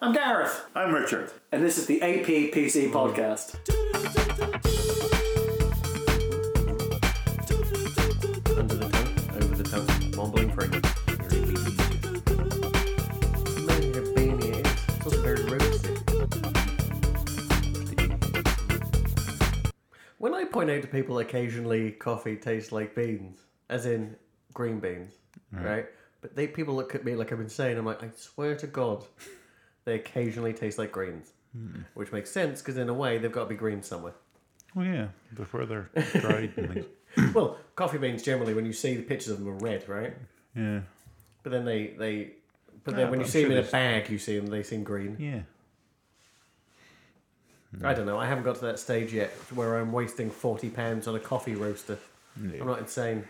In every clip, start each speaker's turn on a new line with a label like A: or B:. A: I'm Gareth.
B: I'm Richard. Oh,
A: And this is the APPC podcast.
C: Under the tongue, over the tongue, mumbling prick.
D: When I point out to people occasionally coffee tastes like beans, as in green beans, right? But they people look at me like I'm insane. I'm like, I swear to God, they occasionally taste like greens, which makes sense because in a way they've got to be green somewhere.
B: Well, Oh, yeah, before they're dried and things.
D: well, coffee beans generally, when you see the pictures of them, are red, right?
B: Yeah,
D: But then they they, but
B: Yeah,
D: then
B: Ah, but
D: when you
B: I'm
D: see
B: sure
D: them in
B: there's-
D: a bag, you see them. They seem green.
B: yeah. Hmm.
D: I don't know. I haven't got to that stage yet where I'm wasting forty pounds on a coffee roaster. I'm not insane.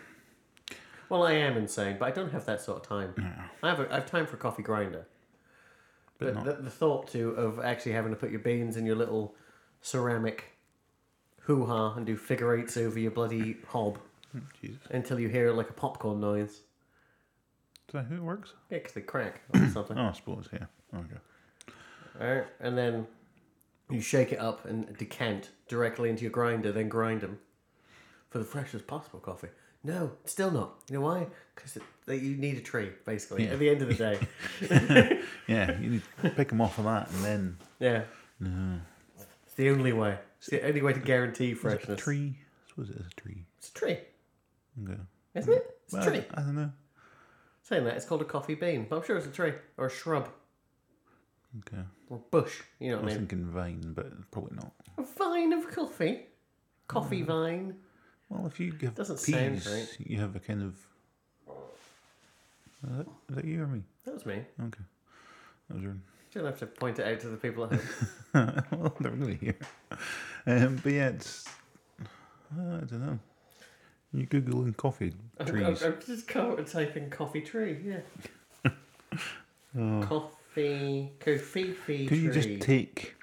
D: Well, I am insane, but I don't have that sort of time. I have a, I have time for a coffee grinder, but,
B: not-
D: the, the thought to of actually having to put your beans in your little ceramic hoo ha and do figure eights over your bloody hob
B: Oh, Jesus.
D: until you hear like a popcorn noise.
B: Is that who it works?
D: Yeah, 'cause they crack or something.
B: Oh, I suppose, yeah. Okay.
D: Alright, and then you shake it up and decant directly into your grinder, then grind them for the freshest possible coffee. No, still not. You know why? Because you need a tree, basically,
B: Yeah.
D: at the end of the day.
B: Yeah, you need to pick them off of that and then
D: yeah.
B: Uh.
D: It's the only way. It's the only way to guarantee freshness.
B: tree. I suppose it is a tree.
D: It's a tree,
B: Okay.
D: isn't it? It's
B: Well,
D: a tree.
B: I don't know.
D: Saying that, it's called a coffee bean, but I'm sure it's a tree or a shrub
B: Okay.
D: or bush. You know
B: I
D: what I
B: was
D: mean?
B: thinking vine, but probably not.
D: A vine of coffee.
B: Mm.
D: Coffee vine.
B: Well, if you have
D: Doesn't sound
B: peas,
D: right.
B: you have a kind of. Is that, is that you or me?
D: That was me.
B: Okay. That was your
D: You don't have to point it out to the people at home.
B: well, they're really here. Um, but yeah, it's uh, I don't know. You Google in coffee trees.
D: I'm, I'm just co- typing coffee tree. Yeah. Coffee, coffee tree.
B: Could Oh. you just take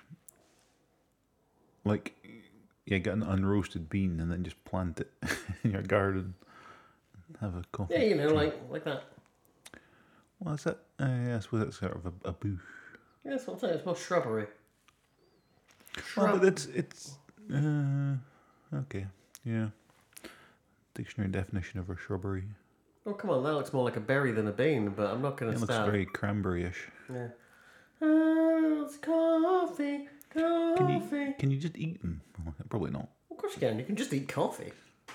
B: like yeah, get an unroasted bean and then just plant it in your garden and have a coffee?
D: yeah, you know,
B: tree.
D: like like that.
B: well, is that? Uh, yeah, I suppose that's sort of a, a bush.
D: Yeah, that's what I'm saying. It's more shrubbery.
B: Well,
D: Shrub.
B: but it's it's uh, okay. Yeah, dictionary definition of a shrubbery.
D: oh come on, that looks more like a berry than a bean. But I'm not gonna
B: It looks
D: start.
B: very cranberry-ish.
D: Yeah. Oh, it's coffee, coffee.
B: Can you, can you just eat them? Well, Probably not.
D: Of course you can. You can just eat coffee.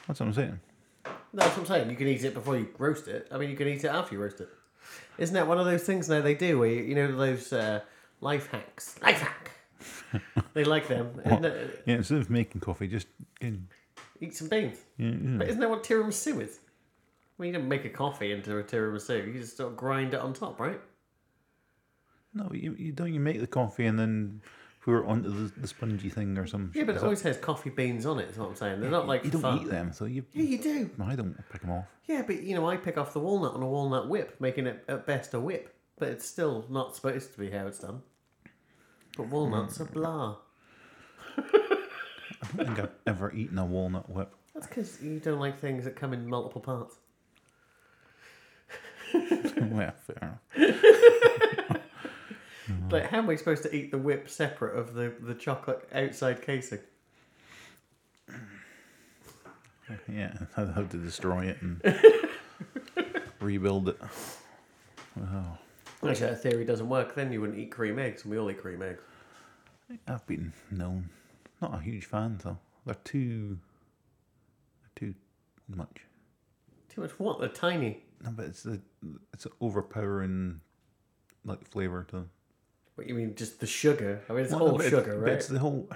B: That's what I'm saying.
D: No, That's what I'm saying. You can eat it before you roast it. I mean, you can eat it after you roast it. Isn't that one of those things now they do where you, you know those uh, life hacks? Life hack. they like them. Isn't it-
B: Yeah, instead of making coffee, just can,
D: eat some beans.
B: yeah, yeah.
D: But isn't that what tiramisu is? Well, you don't make a coffee into a tiramisu. You just sort of grind it on top, right?
B: no, you, you don't. You make the coffee and then pour it onto the, the spongy thing or some.
D: Yeah,
B: shit.
D: but
B: Is
D: it
B: that-
D: always has coffee beans on it. Is what I'm saying. They're not like
B: you don't
D: fun.
B: eat them, so you.
D: Yeah, you do.
B: I don't pick them off.
D: Yeah, but you know, I pick off the walnut on a walnut whip, making it at best a whip, but it's still not supposed to be how it's done. But walnuts are blah.
B: I don't think I've ever eaten a walnut whip.
D: That's because you don't like things that come in multiple parts.
B: yeah, fair enough.
D: Like, how am I supposed to eat the whip separate of the, the chocolate outside casing?
B: Yeah, I had to destroy it and rebuild it. Wow,
D: Actually, that theory doesn't work. Then you wouldn't eat cream eggs, and we all eat cream eggs.
B: I've been known. Not a huge fan though. They're too. Too much.
D: Too much what? They're tiny.
B: No, but it's the it's an overpowering like flavor to them.
D: What you mean? Just the sugar? I mean, it's
B: Well, no,
D: all
B: but it-
D: sugar,
B: but
D: right?
B: It's the whole,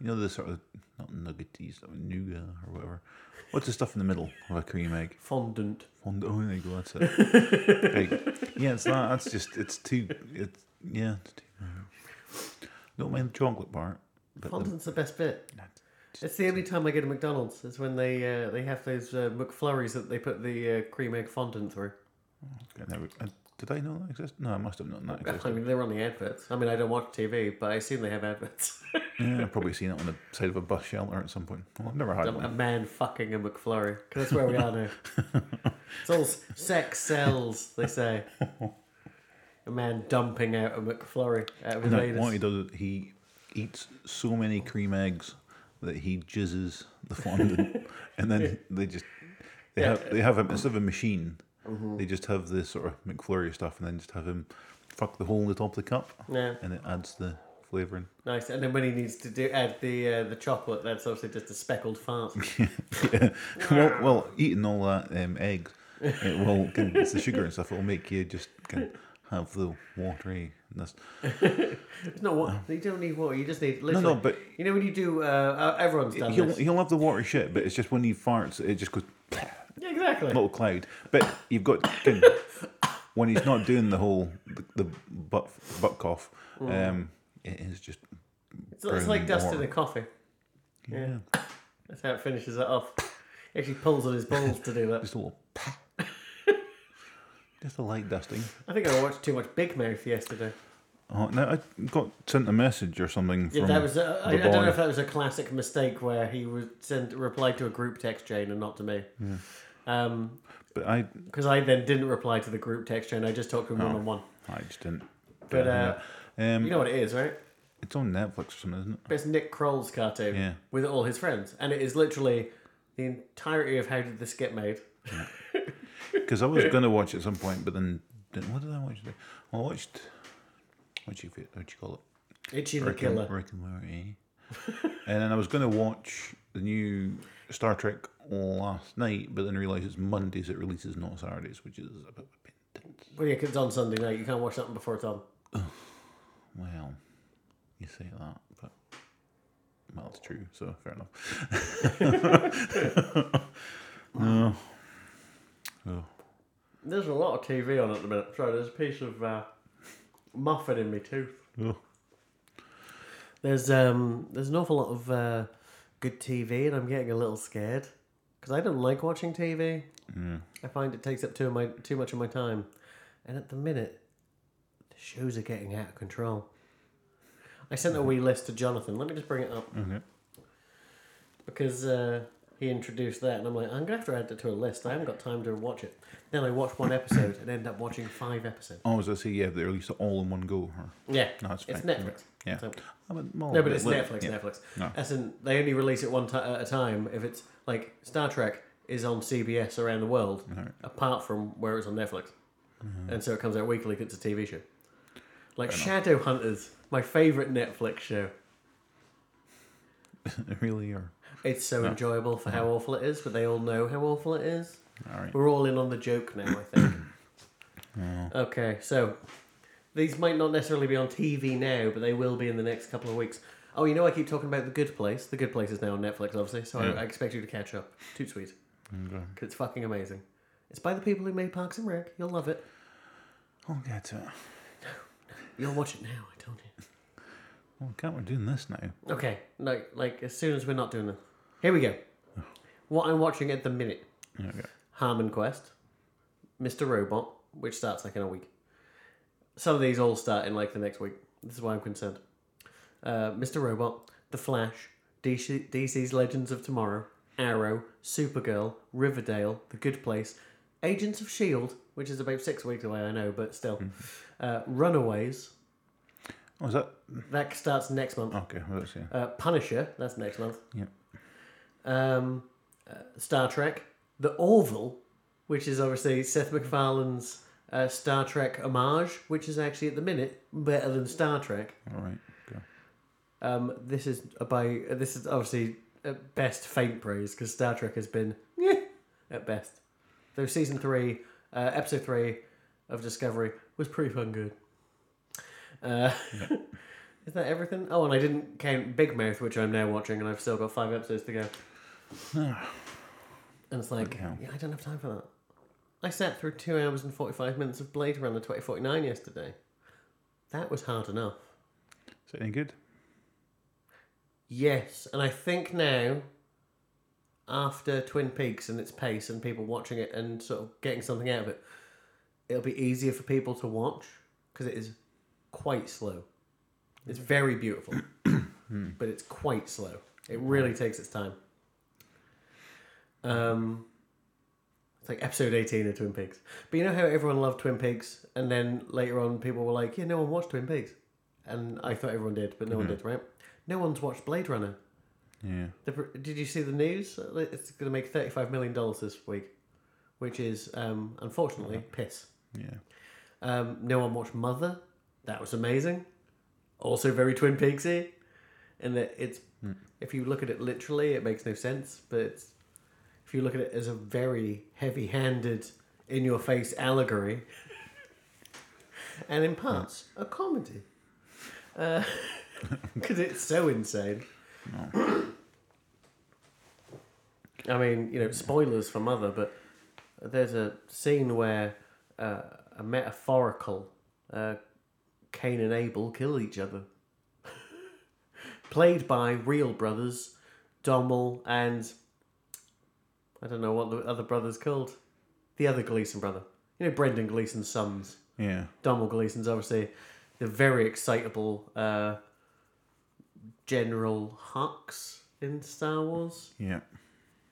B: you know, the sort of not nuggety stuff, nougat or whatever. What's the stuff in the middle of a cream egg?
D: Fondant.
B: Fond- oh, there you go. That's it. Like, yeah, it's not. That's just. It's too. It's yeah. It's too, don't mind the chocolate part, but the,
D: Fondant's the best bit. It's the only time I go to McDonald's is when they uh, they have those uh, McFlurries that they put the uh, cream egg fondant through.
B: I never- I- uh, did I know that existed? No, I must have known that
D: I
B: existed.
D: mean, they're on the adverts. I mean, I don't watch TV, but I assume they have adverts.
B: yeah, I've probably seen it on the side of a bus shelter at some point. Well, I've never had
D: a
B: one.
D: man fucking a McFlurry because that's where we are now. it's all s- sex sells, they say. a man dumping out a McFlurry out of his
B: No,
D: anus.
B: what he does, is he eats so many cream eggs that he jizzes the fondant, and then they just they
D: Yeah.
B: have they have him instead of a machine, they just have this sort of McFlurry stuff, and then just have him fuck the hole in the top of the cup,
D: Yeah,
B: and it adds the flavouring.
D: nice. And then when he needs to do add the uh, the chocolate, that's obviously just a speckled fart.
B: Yeah. well, well, eating all that um, eggs, it will can- it's the sugar and stuff. It'll make you just can have the watery. This.
D: It's not what you don't need water. You just need
B: No,
D: literally.
B: no, but
D: you know when you do. Uh, uh, everyone's done
B: he'll
D: this.
B: he'll have the water shit, but it's just when he farts, it just goes.
D: Yeah, exactly.
B: little cloud. But you've got King, when he's not doing the whole the, the butt butt cough. Um, it is just
D: it's, it's like
B: brown
D: dust in
B: water.
D: a coffee.
B: yeah,
D: That's how it finishes it off. He actually pulls on his balls to do that.
B: just a little. Just a light dusting.
D: I think I watched too much Big Mouth yesterday.
B: Oh, no, I got sent a message or something
D: Yeah,
B: from
D: that was. A, I, I
B: the
D: don't know
B: boy.
D: if that was a classic mistake where he would send reply to a group text chain and not to me. Um,
B: but I
D: because I then didn't reply to the group text chain. I just talked to
B: Oh.
D: him one on one.
B: I just didn't.
D: But uh,
B: Um,
D: you know what it is, right?
B: it's on Netflix or something, isn't it?
D: But it's Nick Kroll's cartoon
B: Yeah.
D: with all his friends, and it is literally the entirety of how did this get made.
B: Because I was going to watch it at some point, but then didn't. What did I watch? Today? I watched. What do you what do you call it?
D: Itchy the
B: Rick and-
D: Killer.
B: Rick and Morty. and then I was going to watch the new Star Trek last night, but then realised it's Mondays it releases, not Saturdays, which is a bit of a pain.
D: Well, yeah, 'cause it's on Sunday night. You can't watch something before it's on.
B: Well, you say that, but well, it's true, so fair enough. no.
D: There's a lot of TV on at the minute. Sorry, there's a piece of uh, muffin in my tooth.
B: Oh, oh.
D: There's um, there's an awful lot of uh, good TV, and I'm getting a little scared because I don't like watching TV. I find it takes up too my too much of my time, and at the minute, the shows are getting out of control. I sent a wee list to Jonathan. Let me just bring it up
B: Okay.
D: because uh, he introduced that, and I'm like, I'm gonna have to add it to a list. I haven't got time to watch it. Then I watch one episode and end up watching five episodes.
B: Oh, as I say, yeah, they released it all in one go. Huh?
D: Yeah,
B: No, it's
D: it's
B: fine.
D: Netflix.
B: Yeah.
D: So-
B: I mean, well,
D: No, but it's
B: li-
D: Netflix.
B: yeah.
D: Netflix.
B: No.
D: As in, they only release it one ti at a time. If it's like Star Trek is on CBS around the world, apart from where it's on Netflix,
B: Mm-hmm.
D: and so it comes out weekly. 'cause It's a TV show. Like Shadow Hunters, my favorite Netflix show.
B: They really are.
D: It's so enjoyable for
B: Mm-hmm.
D: how awful it is, but they all know how awful it is.
B: All right.
D: We're all in on the joke now, I think. Okay, so these might not necessarily be on TV now, but they will be in the next couple of weeks. Oh, you know, I keep talking about The Good Place. The Good Place is now on Netflix, obviously, so I, I expect you to catch up. Too sweet.
B: Okay.
D: 'Cause it's fucking amazing. It's by the people who made Parks and Rec. You'll love it.
B: I'll get to it.
D: You'll watch it now, I told you.
B: Oh, can't we doing this now?
D: Okay, like, like as soon as we're not doing this. Here we go. What I'm watching at the minute
B: Okay.
D: Harmon Quest, Mr. Robot, which starts like in a week. Some of these all start in like the next week. This is why I'm concerned. Uh, Mr. Robot, The Flash, DC, DC's Legends of Tomorrow, Arrow, Supergirl, Riverdale, The Good Place, Agents of S.H.I.E.L.D., E which is about six weeks away, I know, but still. Uh, Runaways,
B: Oh, is that
D: that starts next month.
B: okay? Let's see.
D: Uh, Punisher, that's next month.
B: Yep.
D: Um, uh, Star Trek, The Orville, which is obviously Seth MacFarlane's uh, Star Trek homage, which is actually at the minute better than Star Trek.
B: All right. Okay.
D: Um, this is by this is obviously at best faint praise because Star Trek has been yeah, at best. Though season three, uh, episode three of Discovery was pretty fun good. Uh, is that everything? Oh, and I didn't count Big Mouth, which I'm now watching, and I've still got five episodes to go. and it's like,
B: hell.
D: yeah, I don't have time for that. I sat through two hours and forty-five minutes of Blade Runner 2049 yesterday. That was hard enough.
B: Is that any good?
D: Yes, and I think now, after Twin Peaks and its pace and people watching it and sort of getting something out of it, it'll be easier for people to watch because it is quite slow. It's very beautiful, but it's quite slow. It really takes its time. Um, It's like episode 18 of Twin Peaks. But you know how everyone loved Twin Peaks, and then later on people were like, yeah, no one watched Twin Peaks. And I thought everyone did, but no one did, right? No one's watched Blade Runner.
B: Yeah.
D: The, pr- did you see the news? It's going to make $35 million this week, which is, um, unfortunately, piss.
B: Yeah.
D: Um, no one watched Mother. That was amazing. Also very Twin Peaksy, and that it's if you look at it literally, it makes no sense. But it's, if you look at it as a very heavy-handed, in-your-face allegory, and in parts a comedy, because it's so insane. I mean, you know, spoilers for Mother, but there's a scene where uh, a metaphorical uh, Cain and Abel kill each other, played by real brothers Dommel and I don't know what the other brother's called, the other Gleason brother. You know, Brendan Gleason's sons.
B: Yeah.
D: Dommel Gleason's obviously the very excitable uh, General Hux in Star Wars.
B: Yeah.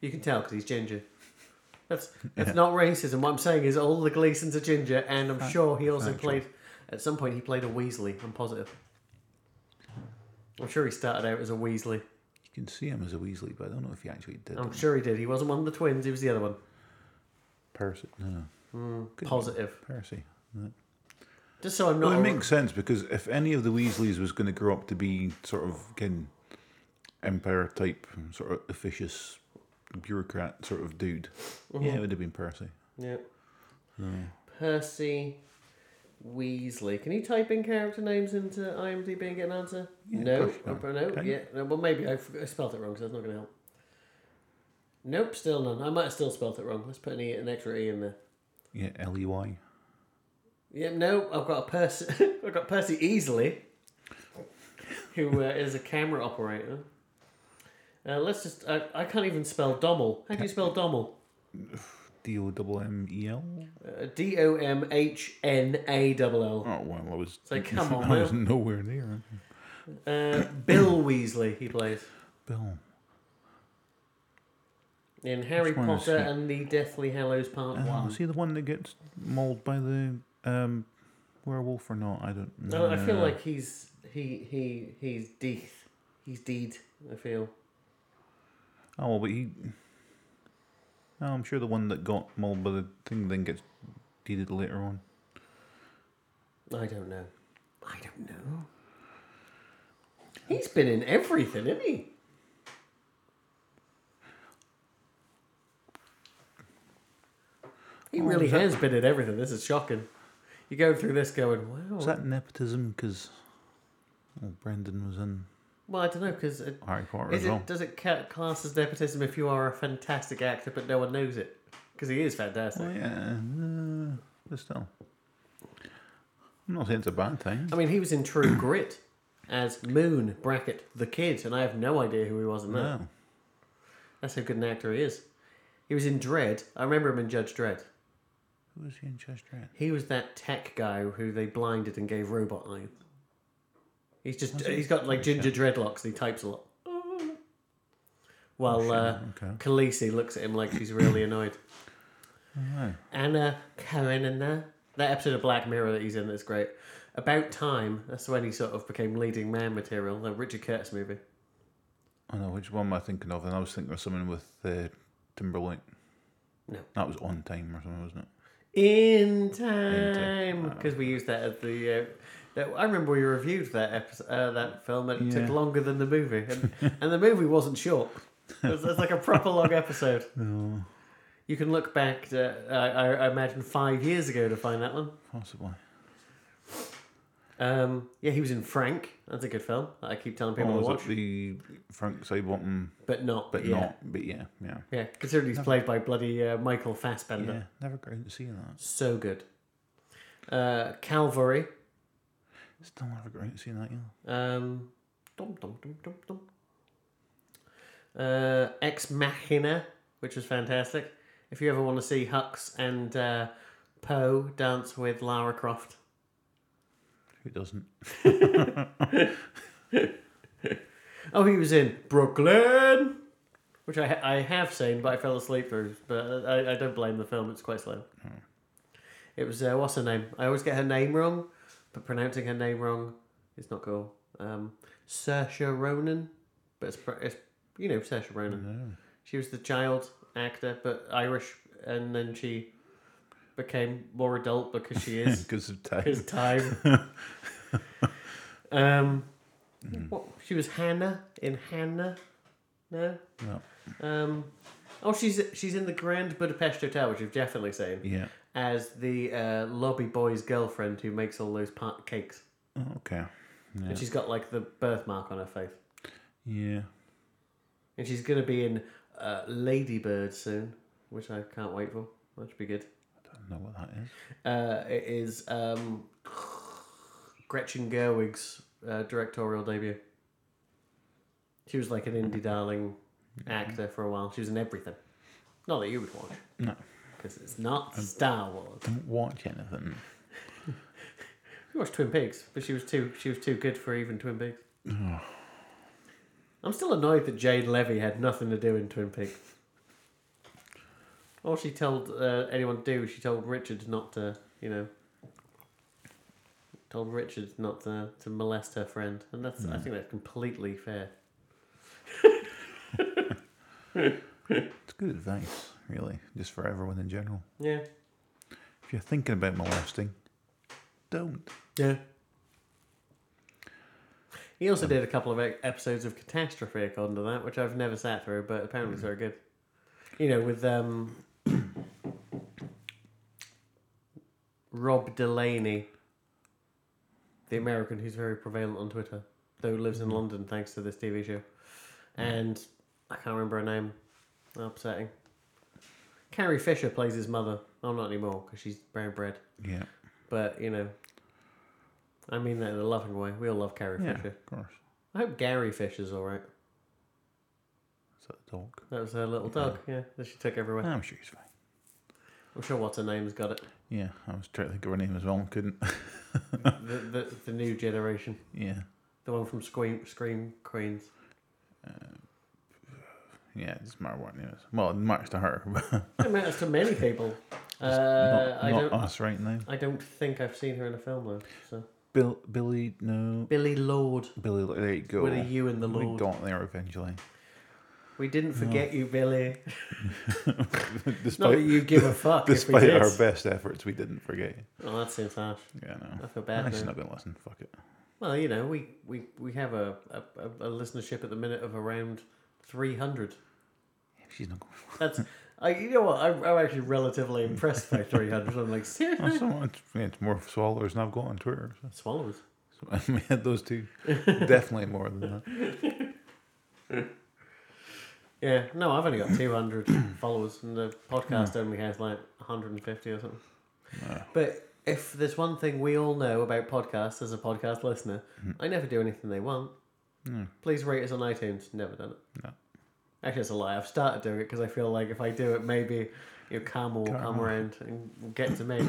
D: You can tell because he's ginger. That's that's not racism. What I'm saying is all the Gleasons are ginger, and I'm sure he also
B: factual.
D: played at some point he played a Weasley. I'm positive. I'm sure he started out as a Weasley.
B: You can see him as a Weasley, but I don't know if he actually did.
D: I'm sure he did. He wasn't one of the twins. He was the other one.
B: Percy. No. Could be
D: Positive.
B: Percy.
D: Just so I'm not.
B: Well, it
D: a-
B: makes sense because if any of the Weasleys was going to grow up to be sort of kin empire type, sort of officious bureaucrat sort of dude, yeah, it would have been Percy.
D: Yeah. Percy Weasley. Can you type in character names into IMDb and get an answer? no.
B: of course
D: Oh,
B: you
D: no.
B: Can you?
D: Yeah. No, well, maybe I, forg- I spelled it wrong, so that's not going to help. Nope, still none. I might have still spelled it wrong. Let's put an, e, an extra E in there.
B: Yeah, L E Y.
D: Yeah, no, I've got a Percy. I've got Percy Easley, who uh, is a camera operator. Uh, let's just. I, I can't even spell Dommel. How do you spell Dommel?
B: D O double M E L.
D: Uh, D O M H N A double L.
B: Oh well, I was.
D: like, come on,
B: I was
D: Will.
B: nowhere near. it.
D: Uh, Bill Weasley he plays
B: Bill.
D: in Harry
B: Which one is
D: Potter
B: he?
D: and the Deathly Hallows Part
B: Oh,
D: One.
B: is he the one that gets mauled by the um, werewolf or not? I don't know.
D: No, I feel like he's he he he's Deeth. He's Deed. I feel.
B: Oh, well, but he. Oh, I'm sure the one that got mauled by the thing then gets deeded later on.
D: I don't know. I don't know. He's been in everything, hasn't he?
B: Oh,
D: He really has been in everything. This is shocking. You go through this going, wow.
B: Was that nepotism? Because well, Brendan was in
D: well, I don't know uh, because it,
B: Harry Potter
D: Is
B: as well.
D: it, does it ca- class as nepotism if you are a fantastic actor but no one knows it? Because he is fantastic.
B: Oh, yeah, uh, but still. I'm not saying it's a bad thing.
D: I mean, he was in True Grit as Moon bracket the kid, and I have no idea who he was in that.
B: No.
D: That's how good an actor he is. He was in Dread. I remember him in Judge Dredd.
B: Who was he in Chester at?
D: He was that tech guy who they blinded and gave robot eyes. He's just he's got like ginger dreadlocks and he types a lot. While uh,
B: okay.
D: Khaleesi looks at him like she's really annoyed.
B: Right.
D: Anna Karenina. That episode of Black Mirror that he's in that's great. About Time, that's when he sort of became leading man material, that Richard Curtis movie.
B: I know which one am I thinking of? And I was thinking of someone with uh, Timberlake.
D: No.
B: That was on time or something, wasn't it?
D: In Time! Because we used that at the. Uh, that, I remember we reviewed that episode, uh, that film, and it took
B: Yeah.
D: longer than the movie. And, and the movie wasn't short. It was, it's like a proper long episode. You can look back, to, uh, I, I imagine, five years ago to find that one.
B: Possibly.
D: Um, yeah, he was in Frank. That's a good film that I keep telling people
B: Oh,
D: to
B: was
D: watch.
B: it the Frank Sidebottom?
D: But not.
B: But
D: yeah.
B: not. But yeah, yeah.
D: Yeah, considering he's played by bloody uh, Michael Fassbender.
B: Yeah, never great to see that.
D: So good. Uh, Calvary.
B: Still never great to see that, yeah.
D: Um, dum, dum, dum, dum, dum. Uh, Ex Machina, which was fantastic. If you ever want to see Hux and uh, Poe dance with Lara Croft,
B: Who doesn't?
D: Oh, he was in Brooklyn. which I, ha- I have seen, but I fell asleep through. But I, I don't blame the film; it's quite slow. It was uh, what's her name? I always get her name wrong, but pronouncing her name wrong is not cool. Um, Saoirse Ronan, but it's, pr- it's you know Saoirse
B: Hmm.
D: Ronan. She was the child actor, but Irish, and then she became more adult because she is
B: because of time.
D: his time. um, what, she was Hannah in Hannah. No.
B: No.
D: Um, oh, she's she's in the Grand Budapest Hotel, which you've definitely seen,
B: Yeah.
D: as the uh, lobby boy's girlfriend who makes all those pa- cakes,
B: Oh, Okay.
D: and she's got like the birthmark on her face,
B: Yeah.
D: and she's gonna be in uh, Ladybird soon, which I can't wait for. That should be good.
B: I don't know what that is.
D: Uh, it is um, Gretchen Gerwig's uh, directorial debut. She was like an indie darling actor for a while. She was in everything. Not that you would watch.
B: No.
D: Because it's not Star Wars.
B: Don't watch anything.
D: You watched Twin Peaks, but she was too she was too good for even Twin Peaks. I'm still annoyed that Jade Levy had nothing to do in Twin Peaks. All she told uh, anyone to do, she told Richard not to, you know, told Richard not to, to molest her friend, and that's I think that's completely fair.
B: It's good advice, really, just for everyone in general.
D: Yeah,
B: If you're thinking about molesting, don't.
D: yeah. He also did a couple of e- episodes of Catastrophe according to that, which I've never sat through, but apparently it's very good. You know, with um, Rob Delaney, the American who's very prevalent on Twitter, though lives in London thanks to this TV show, and I can't remember her name. Upsetting. Carrie Fisher plays his mother. Oh, not anymore because she's brown bread.
B: Yeah.
D: But you know, I mean that in a loving way. We all love Carrie
B: Yeah,
D: Fisher.
B: of course.
D: I hope Gary Fisher's all right.
B: Is that the dog?
D: That was her little dog. Yeah, that she took everywhere.
B: I'm sure he's fine.
D: I'm sure what's her name's got it.
B: Yeah, I was trying to think of her name as well and couldn't.
D: The, the the new generation,
B: yeah.
D: the one from Scream Scream Queens.
B: Yeah, it doesn't matter what name it is. Well, it matters to her, but
D: It matters to many people. Uh,
B: not,
D: I
B: not
D: don't.
B: us right now.
D: I don't think I've seen her in a film though. So
B: Bill, Billy, no.
D: Billy Lord,
B: Billy, there you go.
D: with a U in the
B: we
D: Lord.
B: got there eventually.
D: We didn't forget you, Billy. Not that
B: despite
D: you give a fuck. if we
B: despite
D: did.
B: our best efforts, we didn't forget.
D: Oh, that seems harsh.
B: Yeah,
D: I
B: no.
D: feel
B: I'm
D: bad.
B: actually
D: now.
B: not going to listen. Fuck it.
D: Well, you know, we, we, we have a, a, a a listenership at the minute of around 300.
B: She's not going
D: That's, I, you know what, I'm, I'm actually relatively impressed by 300. I'm like,
B: to.
D: seriously?
B: Someone, yeah, it's more followers than I've got on Twitter. So.
D: Swallows.
B: So I mean, those two definitely more than that.
D: Yeah, no, I've only got 200 followers, and the podcast only has like 150 or something. But if there's one thing we all know about podcasts as a podcast listener, I never do anything they want. Please rate us on iTunes. Never done it.
B: No.
D: Actually, it's a lie. I've started doing it because I feel like if I do it, maybe your karma will come around and get to me.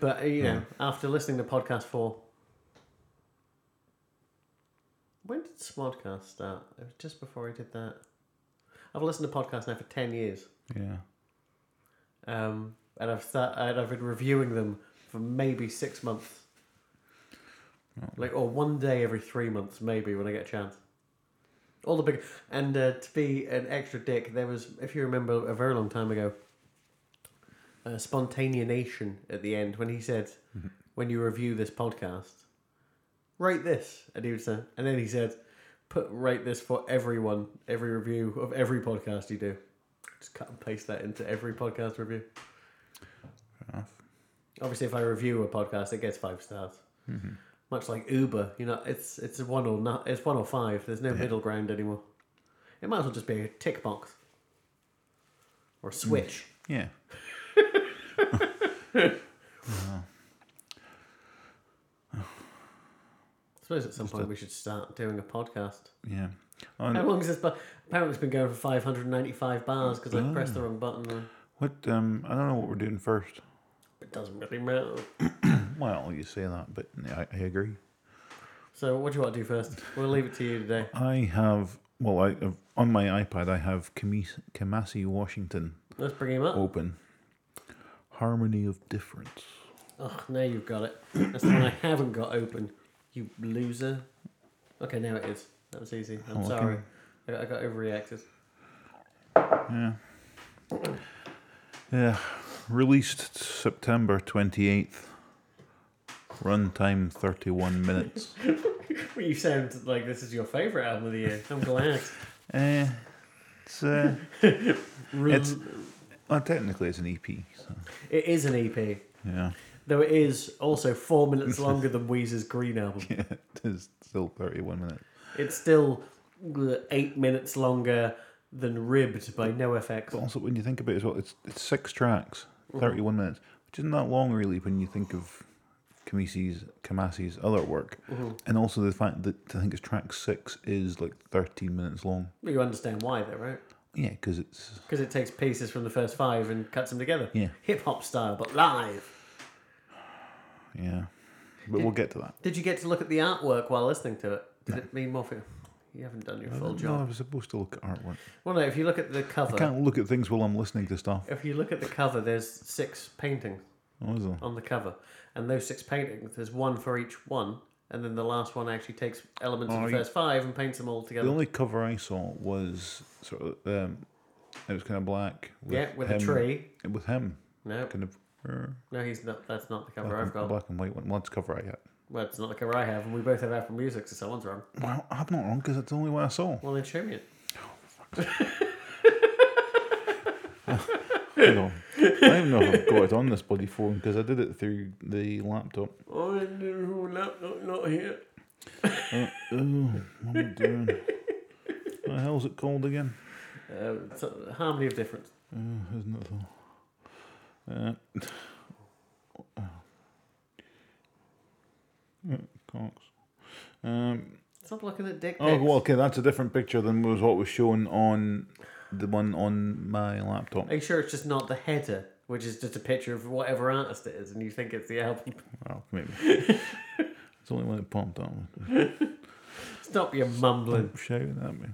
D: but, uh, you know, after listening to podcast four, when did Smodcast start? It was just before I did that. I've listened to podcasts now for 10 years.
B: Yeah.
D: Um, and I've start, and I've been reviewing them for maybe six months, like or one day every three months, maybe when I get a chance. All the big and uh, to be an extra dick, there was if you remember a very long time ago, uh, spontaneation at the end when he said, "When you review this podcast, rate this," and he would say, and then he said, "Put rate this for everyone, every review of every podcast you do." Just cut and paste that into every podcast review.
B: enough.
D: Obviously, if I review a podcast, it gets five stars. Much like Uber, you know, it's it's a one or not, it's one or five. There's no middle ground anymore. It might as well just be a tick box or a switch.
B: Yeah.
D: I suppose at some point we should start doing a podcast.
B: Yeah. And
D: How long has this? Bu- Apparently, it's been going for 595 bars because I pressed the wrong button.
B: what um I don't know what we're doing first.
D: It doesn't really matter.
B: Well, you say that, but yeah, I, I agree.
D: So, what do you want to do first? We'll leave it to you today.
B: I have well, I uh, on my iPad I have Kamis- Kamasi Washington
D: Let's bring him up.
B: open. Harmony of difference.
D: Oh, now you've got it. That's the one I haven't got open. You loser. Okay, now it is. That was easy. I'm
B: Oh, okay.
D: sorry. I I got overreacted.
B: Yeah. Yeah. Released September 28th. Runtime 31 minutes.
D: Well, you sound like this is your favourite album of the year. I'm glad.
B: Eh, it's, uh,
D: Rel-
B: It's- well, technically it's an EP. So,
D: It is an EP,
B: yeah.
D: though it is also four minutes longer than Weezer's Green album.
B: it is still 31 minutes.
D: It's still uh, eight minutes longer than Ribbed by
B: But
D: NoFX.
B: also, when you think about it as well, it's, it's six tracks,
D: Mm-hmm.
B: 31 minutes, which isn't that long really when you think of Kamisi's, Kamasi's other work.
D: Mm-hmm.
B: And also the fact that I think it's track six is like 13 minutes long.
D: But you understand why, though, right?
B: Yeah, because it's.
D: Because it takes pieces from the first five and cuts them together.
B: Yeah.
D: Hip hop style, but live.
B: Yeah. But we'll get to that.
D: Did you get to look at the artwork while listening to it? Did it mean more for you? You haven't done your full
B: No, I
D: job.
B: was supposed to look at artwork.
D: Well, no, if you look at the
B: I
D: cover,
B: can't look at things while I'm listening to stuff.
D: if you look at the cover, there's six paintings
B: What is it?
D: on the cover, and those six paintings, there's one for each one, and then the last one actually takes elements of
B: Oh,
D: the
B: you-
D: first five and paints them all
B: The
D: together.
B: only cover I saw was sort of. Um, it was kind of black. With
D: yeah, with
B: him,
D: a tree.
B: With him.
D: No,
B: Kind of. er,
D: no, he's not. That's not the cover
B: black,
D: I've
B: and,
D: got.
B: black and white one. Well, that's the cover I got.
D: Well, it's not the cover I have, and we both have Apple Music, so someone's wrong.
B: Well, I'm not wrong because that's the only one I saw.
D: Well, then show me it.
B: Hold on. I don't even know if I've got it on this bloody phone because I did it through the laptop.
D: Oh, not, not, not here.
B: Uh, oh, what am I doing? What the hell's it called again?
D: Um, so- harmony of difference.
B: Uh, isn't it though? Uh, uh, Cox. Um,
D: Stop looking at dick
B: oh,
D: pics.
B: well, okay, that's a different picture than was what was shown on the one on my laptop.
D: Are you sure it's just not the header, which is just a picture of whatever artist it is, and you think it's the album?
B: Well, maybe. it's the only one that popped up.
D: Stop your mumbling.
B: Don't shout at me.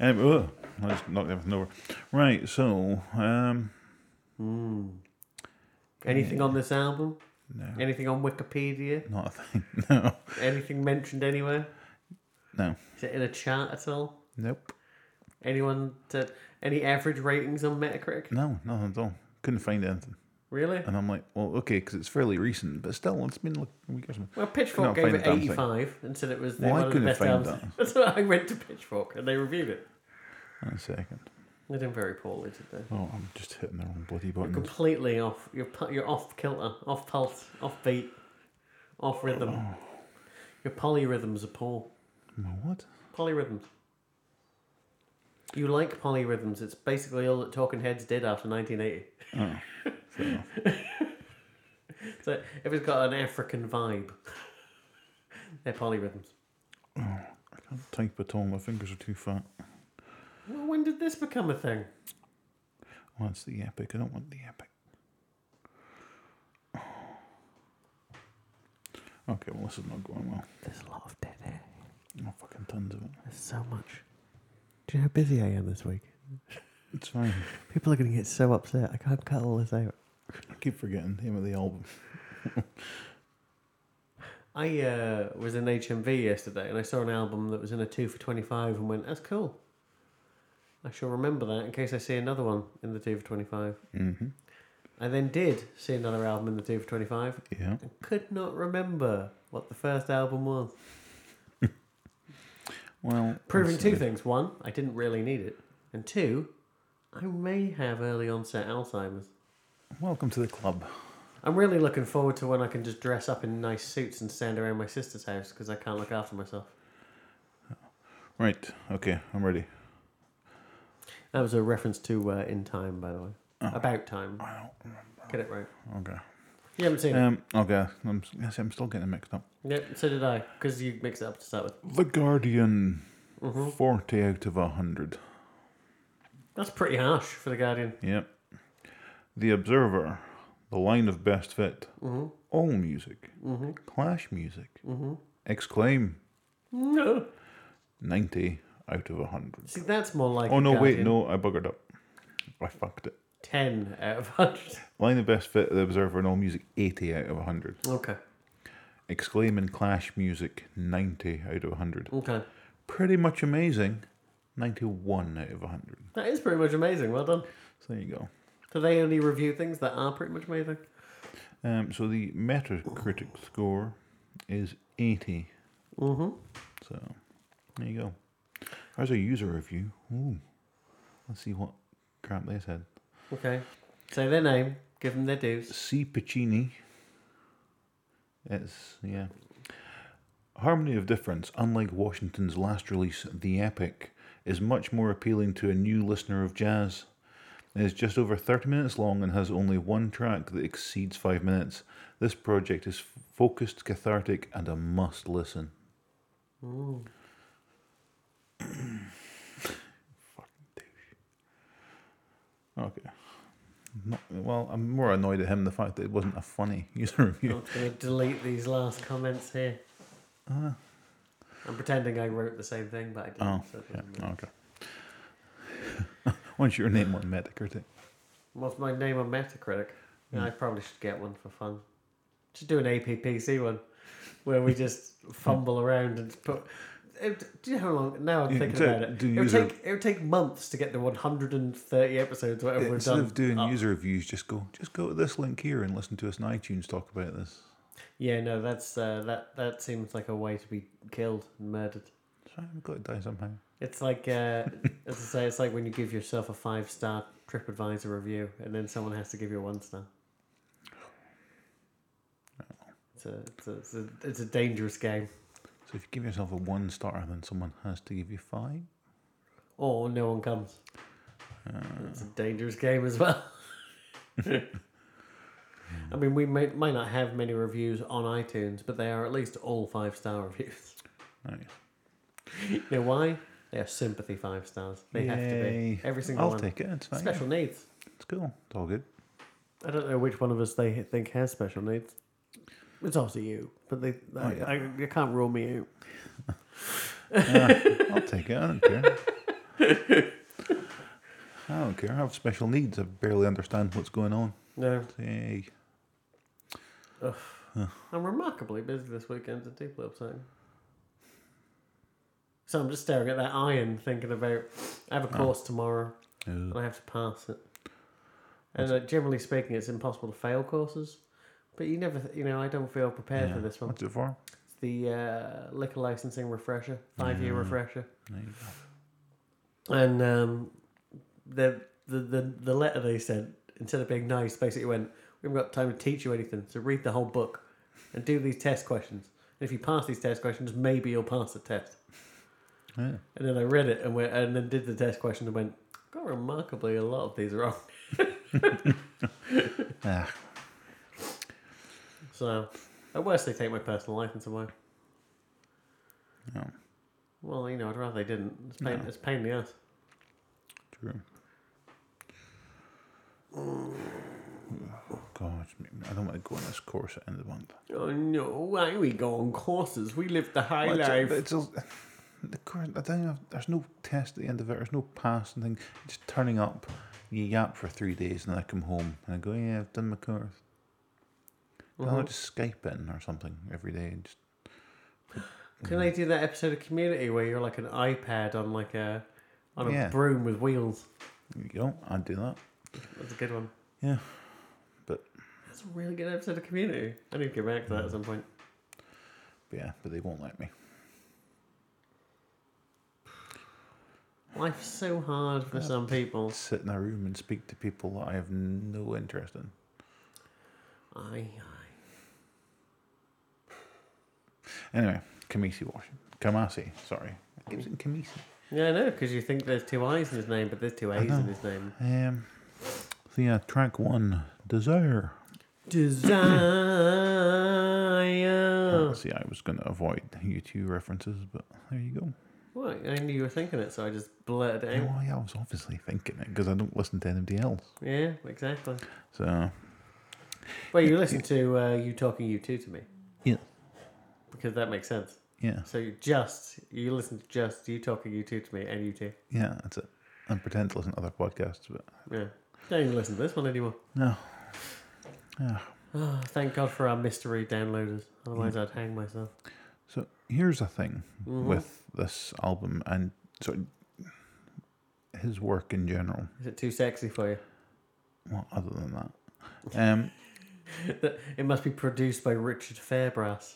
B: Anyway, ugh, I just knocked everything over. Right, so um,
D: Hmm. Anything on this album?
B: no,
D: Anything on Wikipedia?
B: not a thing. No,
D: Anything mentioned anywhere?
B: no,
D: Is it in a chart at all?
B: nope,
D: Anyone? To, any average ratings on Metacritic?
B: no, nothing at all. Couldn't find anything,
D: Really?
B: and I'm like, well, okay, because it's fairly recent, but still, it's been like a week or something.
D: Well, Pitchfork
B: Couldn't
D: gave
B: find
D: it
B: the damn thing.
D: 85 and said it was the,
B: Well, I
D: one of the
B: couldn't
D: best
B: find
D: albums.
B: that.
D: That's why I went to Pitchfork and they reviewed it.
B: Hang on a second.
D: They did very poorly, did they?
B: Oh, I'm just hitting the wrong bloody
D: You're
B: button.
D: completely off. You're pu- you're off kilter, off pulse, off beat, off rhythm. Your polyrhythms are poor.
B: My what?
D: Polyrhythms. You like polyrhythms? It's basically all that Talking Heads did after 1980.
B: Oh, fair enough.
D: So if it's got an African vibe, they're polyrhythms.
B: I can't type at all. My fingers are too fat.
D: Well, when did this become a thing?
B: Oh, that's the epic. I don't want the epic. Okay, well, this is not going well.
D: There's a lot of dead air.
B: Oh, fucking tons of it.
D: There's so much. Do you know how busy I am this week?
B: It's fine.
D: People are going to get so upset. I can't cut all this out.
B: I keep forgetting the name of the album.
D: I uh, was in HMV yesterday and I saw an album that was in a 2 for 25 and went, that's cool. I shall remember that in case I see another one in the 2 for 25.
B: Mm-hmm.
D: I then did see another album in the 2 for 25
B: Yeah.
D: and could not remember what the first album was.
B: Well,
D: Proving
B: that's
D: two
B: good.
D: things. One, I didn't really need it. And two, I may have early onset Alzheimer's.
B: Welcome to the club.
D: I'm really looking forward to when I can just dress up in nice suits and stand around my sister's house because I can't look after myself.
B: Right. Okay, I'm ready.
D: That was a reference to uh, In Time, by the way. About Time.
B: I don't
D: Get it right.
B: remember.
D: You haven't seen
B: Okay.
D: it.
B: Um. Okay. I'm. s- yes, I'm still getting mixed up.
D: Yep, so did I, because you mixed it up to start with.
B: The Guardian.
D: Mm-hmm.
B: Forty out of hundred.
D: That's pretty harsh for The Guardian.
B: Yep. The Observer. The line of best fit.
D: Mm-hmm,
B: All music. Clash music. Exclaim.
D: No.
B: Ninety out of 100.
D: See, that's more like.
B: Oh,
D: The
B: no, wait,
D: Guardian.
B: no, I buggered up. I fucked it.
D: Ten out of hundred.
B: Line of Best Fit, The Observer, and All Music, 80 out of 100.
D: Okay.
B: Exclaim and Clash Music, 90 out of 100.
D: Okay.
B: Pretty much amazing, 91 out of 100.
D: That is pretty much amazing. Well done.
B: So there you go.
D: Do they only review things that are pretty much amazing?
B: Um, so the Metacritic score is 80.
D: Mm-hmm.
B: So there you go. There's a user review. Ooh. Let's see what crap they said.
D: Okay. Say their name. Give them their dues.
B: C. Piccini. It's, yeah. Harmony of Difference, unlike Washington's last release, The Epic, is much more appealing to a new listener of jazz. It is just over 30 minutes long and has only one track that exceeds five minutes. This project is focused, cathartic, and a must listen.
D: Ooh.
B: Okay. Not, well, I'm more annoyed at him than the fact that it wasn't a funny user
D: I'm
B: review.
D: just gonna delete these last comments here.
B: Ah.
D: I'm pretending I wrote the same thing, but I didn't.
B: Oh,
D: so it
B: yeah,
D: doesn't matter.
B: okay. What's your name on Metacritic?
D: What's my name on Metacritic?
B: Hmm.
D: Yeah, I probably should get one for fun. Should do an APPC one where we just fumble around and put. It, do you know how long? Now I'm
B: Yeah,
D: thinking
B: do-
D: about it.
B: do
D: It would,
B: user-
D: take, it would take months to get the 130 episodes, whatever we've
B: Instead
D: done. uh, Oh,
B: of doing
D: up.
B: user reviews, just go just go to this link here and listen to us on iTunes talk about this.
D: Yeah, no, that's uh, that. That seems like a way to be killed and murdered.
B: So I've got to die somehow.
D: It's like, uh, as I say, it's like when you give yourself a five star TripAdvisor review, and then someone has to give you a one star. It's a, it's a, it's a, it's a dangerous game.
B: So if you give yourself a one star and then someone has to give you five.
D: Or no one comes.
B: Uh,
D: It's a dangerous game as well. I mean, we may, might not have many reviews on iTunes, but they are at least all five star reviews.
B: nice.
D: You know why? They are sympathy five stars. They have to be.
B: Yay.
D: Every single
B: I'll
D: one.
B: take it. It's fine.
D: Special needs.
B: It's cool. It's all good.
D: I don't know which one of us they think has special needs. It's obviously you, but they I,
B: Oh, yeah.
D: I, you can't rule me out.
B: Uh, I'll take it. I don't care. I don't care. I have special needs. I barely understand what's going on.
D: No,
B: Yay.
D: I'm remarkably busy this weekend. It's deeply upsetting. So I'm just staring at that iron, thinking about. I
B: Ah.
D: have a course tomorrow,
B: Ooh.
D: and I have to pass it. And uh, generally speaking, it's impossible to fail courses, but you never, you know, I don't feel prepared
B: Yeah.
D: for this one.
B: What's it for?
D: It's the uh, liquor licensing refresher, five
B: Mm.
D: year refresher.
B: There you go.
D: And um, the, the the the letter they sent instead of being nice, basically went, "We haven't got time to teach you anything, so read the whole book and do these test questions. And if you pass these test questions, maybe you'll pass the test."
B: Yeah.
D: And then I read it and went, and then did the test question and went, "Got remarkably a lot of these are wrong."
B: Ah,
D: So at worst, they take my personal life in some way.
B: No.
D: Well, you know, I'd rather they didn't. It's pain,
B: No.
D: it's pain in the ass.
B: true. God, I don't want to go on this course at the end of the month.
D: Oh no! Why we go on courses? We live the high
B: Well,
D: life.
B: It's, but it's all, the course, I don't know, there's no test at the end of it. There's no pass and thing. Just turning up, you yap for three days, and then I come home and I go, yeah, I've done my course. Then I'll
D: Mhm.
B: just Skype in or something every day. And just
D: Can they do that episode of Community where you're like an iPad on like a on a
B: Yeah.
D: broom with wheels?
B: there you go, I'd do that.
D: That's a good one.
B: Yeah, but
D: That's a really good episode of Community. I need to get back to that at some point.
B: but yeah, but they won't let me.
D: Life's so hard for some people.
B: Sit in a room and speak to people that I have no interest in.
D: Aye,
B: Anyway, Kamisi Washington. Kamasi, sorry. I keep saying Kamisi.
D: aye. Yeah, I know because you think there's two I's in his name, but there's two A's in his name.
B: Um, so yeah, track one, Desire.
D: Desire.
B: See, I was going to avoid U2 references, but there you go.
D: What? I knew you were thinking it, so I just blurted it out.
B: Oh, yeah, I was obviously thinking it because I don't listen to anybody else.
D: Yeah, exactly.
B: So,
D: Well, you listened to uh, you talking you two to me
B: yeah.
D: because that makes sense.
B: Yeah,
D: So you just you listen to just you talking you two to me and you two.
B: yeah, that's it. And pretend to listen to other podcasts, but
D: Yeah. Don't even listen to this one anymore.
B: no.
D: Oh, thank God for our mystery downloaders.
B: Mm.
D: Otherwise, I'd hang myself.
B: So here's a thing
D: Mm-hmm.
B: with this album and sort of his work in general.
D: Is it too sexy for you?
B: Well, other than that, um,
D: it must be produced by Richard Fairbrass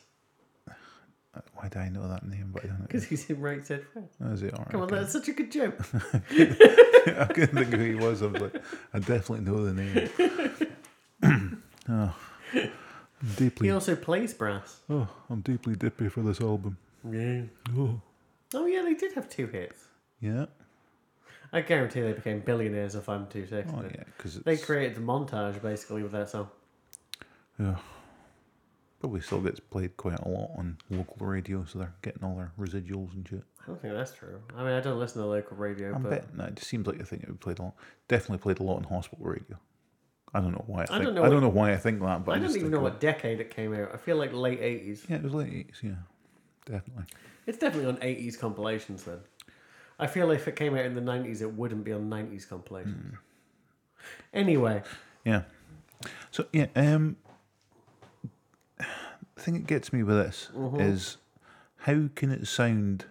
B: why do I know that name? But I don't know.
D: because he's in Right Said Fred.
B: Oh, Is it alright?
D: Come on,
B: okay.
D: that's such a good joke.
B: I couldn't think of who he was. I was like, I definitely know the name. oh, I'm
D: He
B: deeply.
D: also plays brass.
B: Oh, I'm deeply dippy for this album.
D: Yeah.
B: Oh,
D: Oh yeah, they did have two hits.
B: yeah. Oh,
D: I guarantee they became billionaires if I'm too sexy.
B: Oh, yeah. Because
D: They created the montage basically with that song.
B: Yeah. Probably still gets played quite a lot on local radio, so they're getting all their residuals and shit.
D: I don't think that's true. I mean, I don't listen to local radio,
B: I'm
D: but
B: betting that it just seems like a thing that would be played a lot. Definitely played a lot on hospital radio. I don't know why I think. I
D: don't
B: don't
D: know
B: know,
D: what-
B: why I think that, but
D: I
B: I
D: don't
B: just
D: even
B: think
D: know
B: of
D: what decade it came out. I feel like late eighties.
B: it. Yeah, it was late eighties. Yeah, definitely.
D: It's definitely on eighties compilations then. I feel if it came out in the nineties, it wouldn't be on nineties compilations. Anyway,
B: Yeah. So yeah, um, the thing that gets me with this
D: Mm-hmm.
B: is how can it sound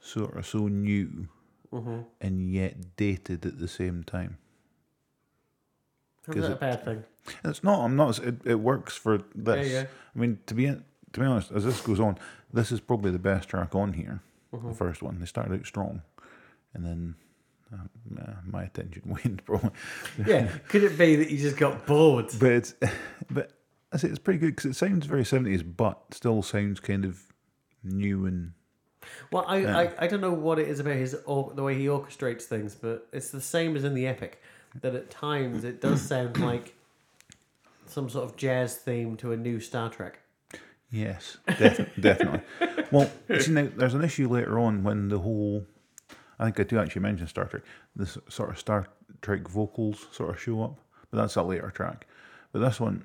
B: sort of so new
D: mm-hmm.
B: and yet dated at the same time?
D: is
B: 'Cause
D: that a
B: it-
D: bad thing?
B: It's not. I'm not. It, it works for this.
D: yeah.
B: I mean, to be to be honest, as this goes on, this is probably the best track on here.
D: Uh-huh.
B: The first one. They started out strong, and then uh, uh, my attention waned probably.
D: Yeah, could it be that you just got bored?
B: But it's but I say it's pretty good because it sounds very seventies, but still sounds kind of new and
D: Well, I, I, I don't know what it is about his or, the way he orchestrates things, but it's the same as in the epic that at times it does sound like some sort of jazz theme to a new Star Trek.
B: yes, defi- definitely. Well, see now there's an issue later on when the whole. I think I do actually mention Star Trek. This sort of Star Trek vocals sort of show up, but that's a later track. But this one,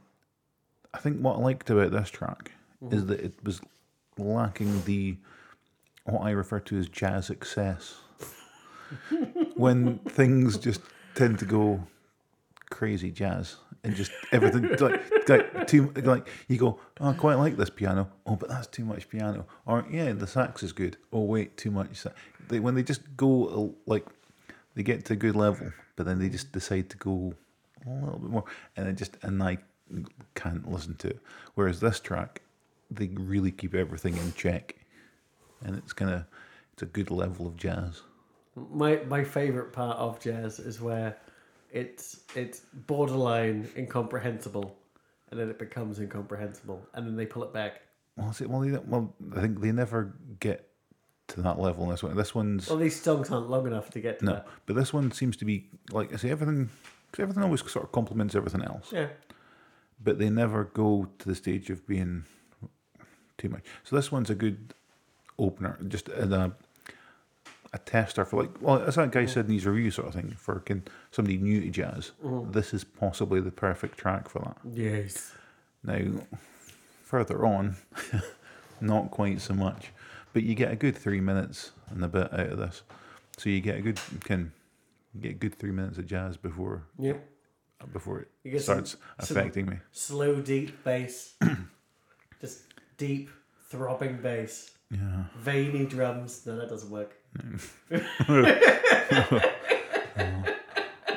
B: I think what I liked about this track is that it was lacking the what I refer to as jazz excess. when things just tend to go crazy jazz and just everything like, like too like you go oh, I quite like this piano oh but that's too much piano or yeah the sax is good oh wait too much sa-. They, when they just go uh, like they get to a good level but then they just decide to go a little bit more and it just and I can't listen to it whereas this track they really keep everything in check and it's kind of it's a good level of jazz
D: My my favorite part of jazz is where it's it's borderline incomprehensible, and then it becomes incomprehensible, and then they pull it back.
B: Well, see, well, they don't, well, I think they never get to that level in this one. This one's
D: Well, these songs aren't long enough to get to
B: no,
D: that.
B: but this one seems to be like I say, everything because everything always sort of complements everything else,
D: Yeah,
B: but they never go to the stage of being too much. So this one's a good opener, just a a, a tester for like, well, as that guy said in his review, sort of thing for can, somebody new to jazz. This is possibly the perfect track for that.
D: yes.
B: Now, further on, not quite so much, but you get a good three minutes and a bit out of this. So you get a good you can you get a good three minutes of jazz before
D: Yep.
B: before it
D: You get some-
B: starts
D: some-
B: affecting me.
D: slow deep bass just deep throbbing bass
B: Yeah,
D: veiny drums no that doesn't work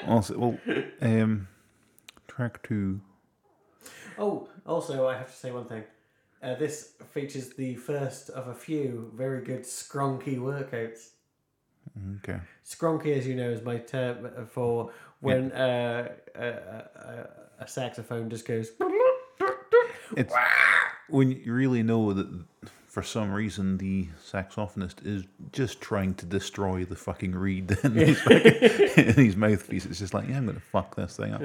B: also, well, um, track two.
D: oh also i have to say one thing uh, this features the first of a few very good skronky workouts
B: Okay,
D: skronky as you know is my term for when uh, a, a, a saxophone just goes
B: it's when you really know that for some reason the saxophonist is just trying to destroy the fucking reed in his, fucking, in his mouthpiece. It's just like, yeah, I'm gonna fuck this thing up.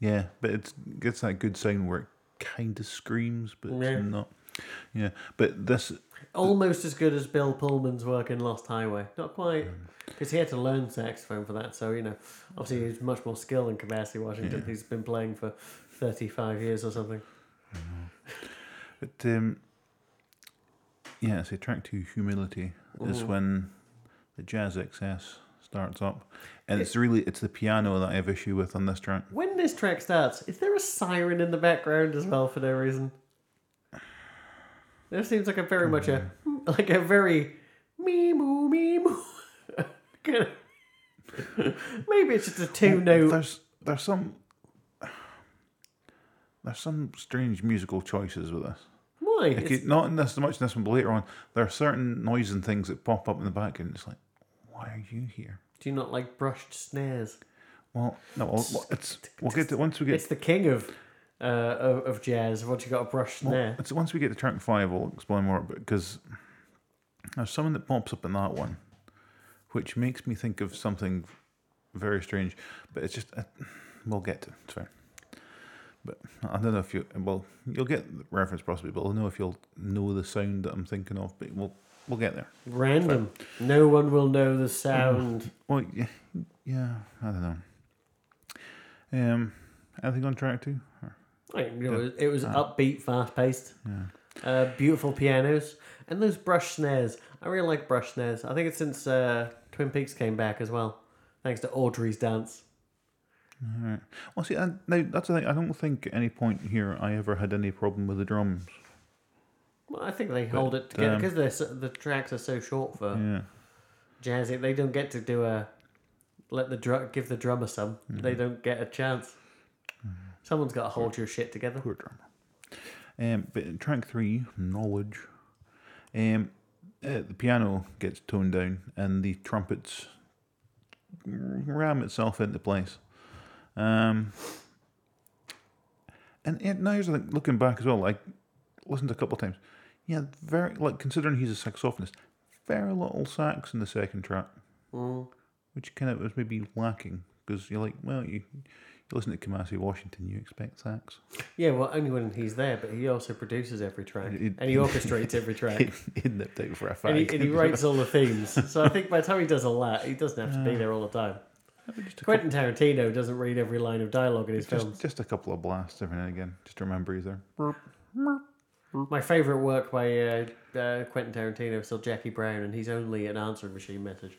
B: Yeah, but it gets that good sound where it kind of screams, but
D: Yeah.
B: it's not. Yeah, but this
D: almost as good as bill pullman's work in lost highway not quite because he had to learn saxophone for that so you know obviously he's much more skilled than Cabassi washington he's been playing for 35 years or something
B: But um, Yeah, so track two, humility, is when the jazz excess starts up, and it's really it's the piano that I have issue with on this track.
D: When this track starts, is there a siren in the background as well for no reason? There seems like a very much a like a very me moo me moo. kind of- Maybe it's just a two note.
B: There's there's some there's some strange musical choices with this.
D: Why?
B: Like
D: It's-
B: it- not in this much in this one, but later on, there are certain noises and things that pop up in the back, and it's like, why are you here?
D: Do you not like brushed snares?
B: Well, no, well, well, it's we'll get to once we
D: It's
B: get
D: the king of uh, of, of jazz. Once you got a brushed snare,
B: it's, once we get to track five, we'll explain more because there's something that pops up in that one, which makes me think of something very strange. But it's just uh, we'll get to it. it's fair. But I don't know if you well you'll get the reference possibly, but I'll know if you'll know the sound that I'm thinking of. But we'll we'll get there.
D: random. No one will know the sound.
B: Well, yeah, yeah, I don't know. Um, anything on track two? Or-
D: Like, you know, it was- it was upbeat, fast paced. Uh, beautiful pianos and those brush snares. I really like brush snares. I think it's since uh, Twin Peaks came back as well, thanks to Audrey's dance.
B: Well, see, I, now that's the thing. I don't think at any point here I ever had any problem with the drums.
D: Well, I think they hold it together because they're so, the tracks are so short for
B: Yeah,
D: jazzy. They don't get to do a let the dr- give the drummer some. They don't get a chance. Mm-hmm. Someone's got to hold your shit together.
B: poor drummer. Um, but in track three, knowledge. Um, uh, the piano gets toned down, and the trumpets ram itself into place. Um, and it, now here's the thing, looking back as well, like listened a couple of times. Yeah, very like considering he's a saxophonist, very little sax in the second track, which kind of was maybe lacking because you're like, well, you you listen to Kamasi Washington, you expect sax.
D: Yeah, well, only when he's there, but he also produces every track
B: It-
D: and he orchestrates every track.
B: in, in the tape for a fact.
D: and he, and he writes all the themes. So I think by the time he does all that, he doesn't have to be there all the time.
B: just, a couple,
D: Quentin Tarantino doesn't read every line of dialogue in his
B: just,
D: films.
B: just a couple of blasts every now and again, just to remember he's there.
D: My favourite work by uh, uh, Quentin Tarantino is still Jackie Brown, and he's only an answering machine message.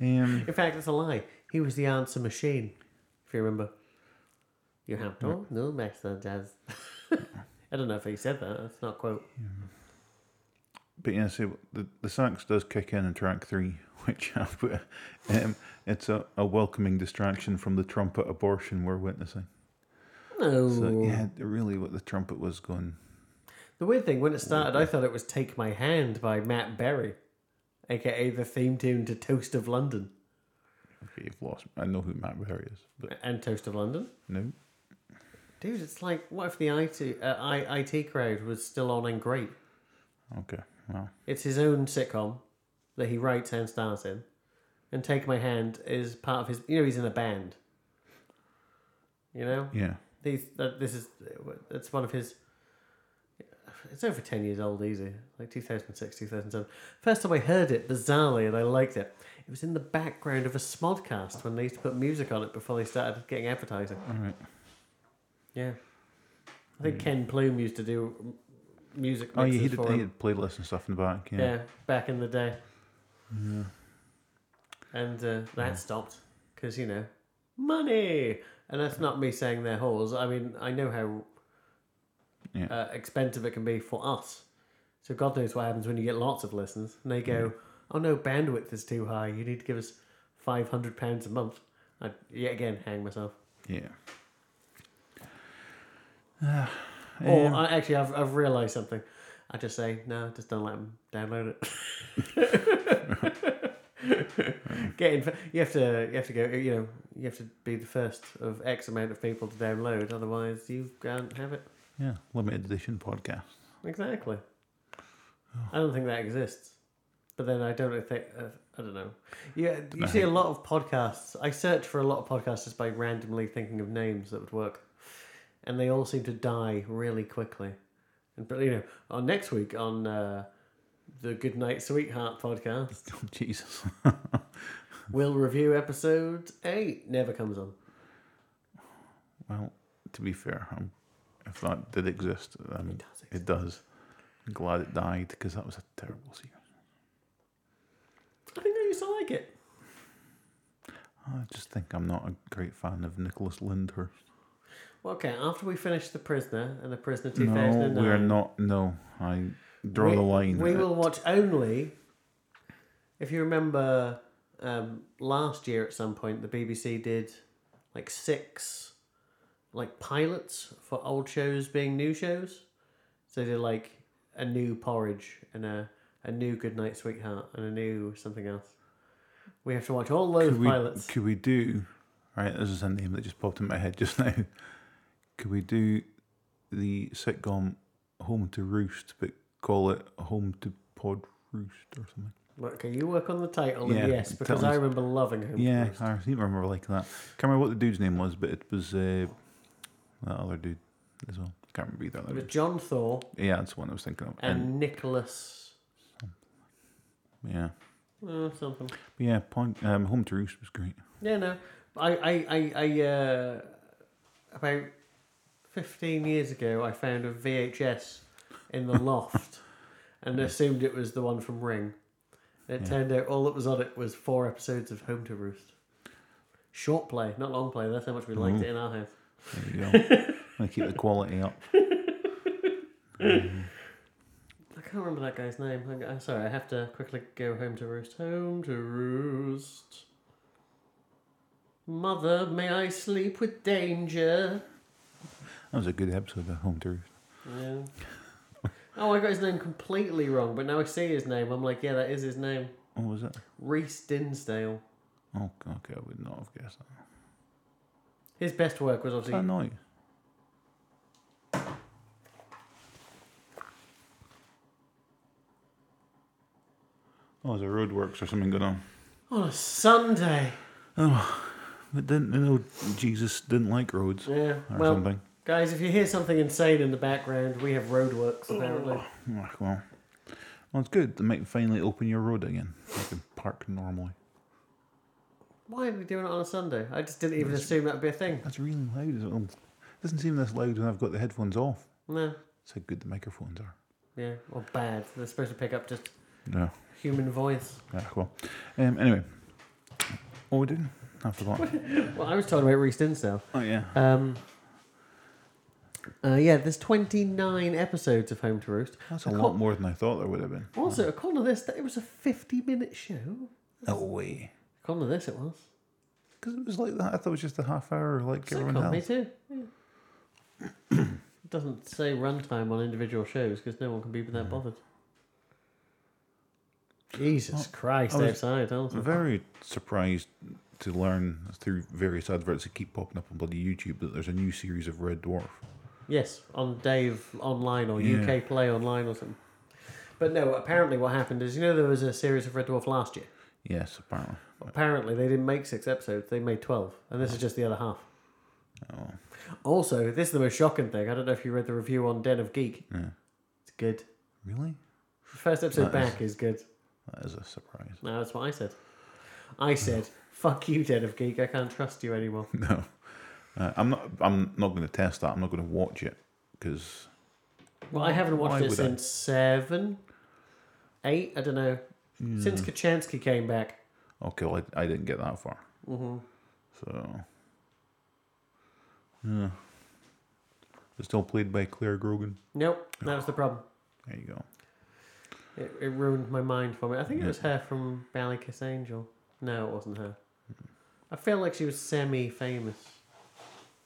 B: Um,
D: In fact, that's a lie. He was the answer machine, if you remember. You have to no master jazz. I don't know if he said that. That's not a quote.
B: but yeah, so the, the sax does kick in in track three, which I put, um, it's a, a welcoming distraction from the trumpet abortion we're witnessing.
D: No.
B: So yeah, really, what the trumpet was going.
D: The weird thing, when it started, I thought it was Take My Hand by Matt Berry, aka the theme tune to Toast of London.
B: Okay, you've lost. me. I know who Matt Berry is, but
D: And Toast of London?
B: no.
D: Dude, it's like, what if the IT, uh, I, IT crowd was still on and great?
B: Okay, well,
D: It's his own sitcom that he writes and stars in. And Take My Hand is part of his, you know, he's in a band. You know?
B: yeah.
D: These, that, this is, it's one of his, it's over 10 years old, easy. Like 2006, 2007. First time I heard it, bizarrely, and I liked it. It was in the background of a Smodcast when they used to put music on it before they started getting advertising.
B: All right.
D: Yeah. I think Ken Plume used to do m- music
B: Oh,
D: mixes
B: yeah, he did,
D: for
B: he
D: him.
B: did playlists and stuff in the back.
D: Yeah. back in the day. Yeah. And uh, that stopped because you know money, and that's not me saying they're whores. I mean, I know how
B: Yeah.
D: uh, expensive it can be for us. So God knows what happens when you get lots of listens and they go, "Oh no, bandwidth is too high. You need to give us five hundred pounds a month." I'd yet again hang myself.
B: yeah.
D: Or I, actually, I've, I've realised something. I just say, no, just don't let them download it. Get in, you have to you have to go you know you have to be the first of X amount of people to download otherwise you can't have it
B: Yeah, limited edition podcast.
D: exactly. I don't think that exists, but then I don't think uh, I don't know. Yeah, you see a lot of podcasts. I search for a lot of podcasts just by randomly thinking of names that would work, and they all seem to die really quickly. And but you know, on next week on uh, the Good Night Sweetheart podcast,
B: Oh, Jesus.
D: we'll review episode eight. Never comes on.
B: well, to be fair, um, if that did exist, um, it does. I'm glad it died because that was a terrible series.
D: I think I used to like it.
B: I just think I'm not a great fan of Nicholas Lyndhurst.
D: Well, okay, after we finish The Prisoner and The Prisoner
B: No,
D: 2009,
B: we are not. No, I draw
D: uh, we-
B: the line.
D: We
B: at-
D: will watch only, if you remember, um, last year at some point, the BBC did like six like pilots for old shows being new shows. So they did like a new Porridge and a, a new Goodnight Sweetheart and a new something else. We have to watch all those
B: could we,
D: pilots.
B: Could we do? Right, this is a name that just popped in my head just now. Could we do the sitcom Home to Roost, but call it Home to Pod Roost or something?
D: Okay, you work on the title,
B: Yeah,
D: and yes, because
B: tell
D: I
B: us.
D: remember loving him.
B: Yeah, I seem to remember liking that. Can't remember what the dude's name was, but it was uh, that other dude as well. Can't remember either.
D: It was
B: Other dude.
D: John Thor
B: Yeah, that's the one I was thinking of.
D: and,
B: And,
D: Nicholas
B: yeah,
D: uh, something.
B: but yeah, point, um, Home to Roost was great.
D: Yeah, no. I, I, I, I uh, about 15 years ago, I found a VHS in the loft and assumed it was the one from Ring. And it
B: Yeah.
D: turned out all that was on it was four episodes of Home to Roost. Short play, not long play. That's how much we liked it in our house.
B: There you go. I keep the quality up.
D: I can't remember that guy's name. I'm, I'm sorry, I have to quickly go home to roost. Home to roost. Mother, may I sleep with danger?
B: That was a good episode of Home to Roost.
D: Yeah. Oh, I got his name completely wrong, but now I see his name. I'm like, yeah, that is his name.
B: What was it?
D: Reese Dinsdale.
B: Oh, okay, I would not have guessed that.
D: His best work was
B: Is that
D: obviously.
B: noise? Oh, there's a roadworks or something going on.
D: On a Sunday!
B: But didn't you know Jesus didn't like roads or
D: Yeah. Well,
B: something?
D: guys, if you hear something insane in the background, we have roadworks apparently.
B: Ah, Well, well, it's good. They might finally open your road again. You can park normally.
D: Why are we doing it on a Sunday? I just didn't even assume that would be a thing.
B: That's really loud as well. Doesn't seem this loud when I've got the headphones off.
D: No.
B: That's how good the microphones are.
D: Yeah, or bad. They're supposed to pick up just
B: No.
D: human voice.
B: Ah, well. Um, anyway, what we doing after that?
D: Well, I was talking about Reese Dinsdale.
B: Oh yeah.
D: Um, uh, yeah, there's 29 episodes of Home to Roost.
B: That's a lot more than I thought there would have been.
D: Also, according to this, that it was a 50 minute show.
B: No way.
D: According to this, it was.
B: Because it was like that. I thought it was just a half hour, like
D: So
B: everyone
D: can't be
B: else.
D: too. Yeah. it doesn't say runtime on individual shows because no one can be that bothered. Jesus Christ,
B: Oh, I was
D: outside, aren't
B: I'm very surprised to learn through various adverts that keep popping up on bloody YouTube that there's a new series of Red Dwarf.
D: Yes, on Dave Online or
B: Yeah.
D: UK Play Online or something. But no, apparently what happened is you know there was a series of Red Dwarf last year.
B: Yes, apparently.
D: Apparently they didn't make six episodes; they made twelve, and this is just the other half. Also, this is the most shocking thing. I don't know if you read the review on Den of Geek.
B: Yeah.
D: It's good.
B: Really?
D: The first episode
B: That is-
D: back is good.
B: That is a surprise.
D: No, that's what I said. I said, "Fuck you, Den of Geek. I can't trust you anymore."
B: No, uh, I'm not. I'm not going to test that. I'm not going to watch it because
D: Well, I haven't watched
B: Why
D: it
B: would I?
D: since seven, eight. I don't know.
B: Hmm.
D: Since Kachansky came back.
B: okay, well, I, I didn't get that far. Mm-hmm. So, yeah, it's still played by Claire Grogan.
D: Nope, that was the problem.
B: There you go.
D: It, it ruined my mind for me. I think it
B: Yeah.
D: was her from Ballykiss Angel. No, it wasn't her. I feel like she was semi famous.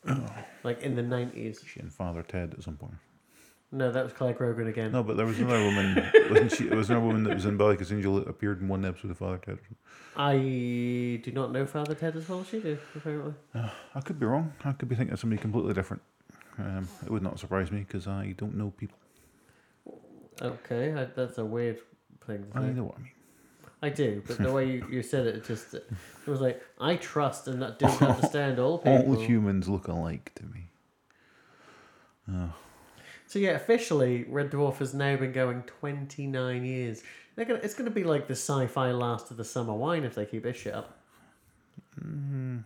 B: Oh.
D: like in the 90s.
B: She and Father Ted at some point.
D: No, that was Claire Grogan again.
B: No, but there was another woman. wasn't she? Was there a woman that was in Bellicus Angel that appeared in one episode of Father Ted? or something?
D: I do not know Father Ted as well as she did, apparently.
B: I could be wrong. I could be thinking of somebody completely different. Um, it would not surprise me because I don't know people.
D: Okay, I, that's a weird thing to
B: I
D: say.
B: know what I mean.
D: I do, but the way you, you said it, it just it was like, I trust and that don't understand all people.
B: All humans look alike to me. Oh.
D: So yeah, officially, Red Dwarf has now been going 29 years. They're gonna, it's going to be like the sci-fi last of the summer wine if they keep this shit up. Mm-hmm.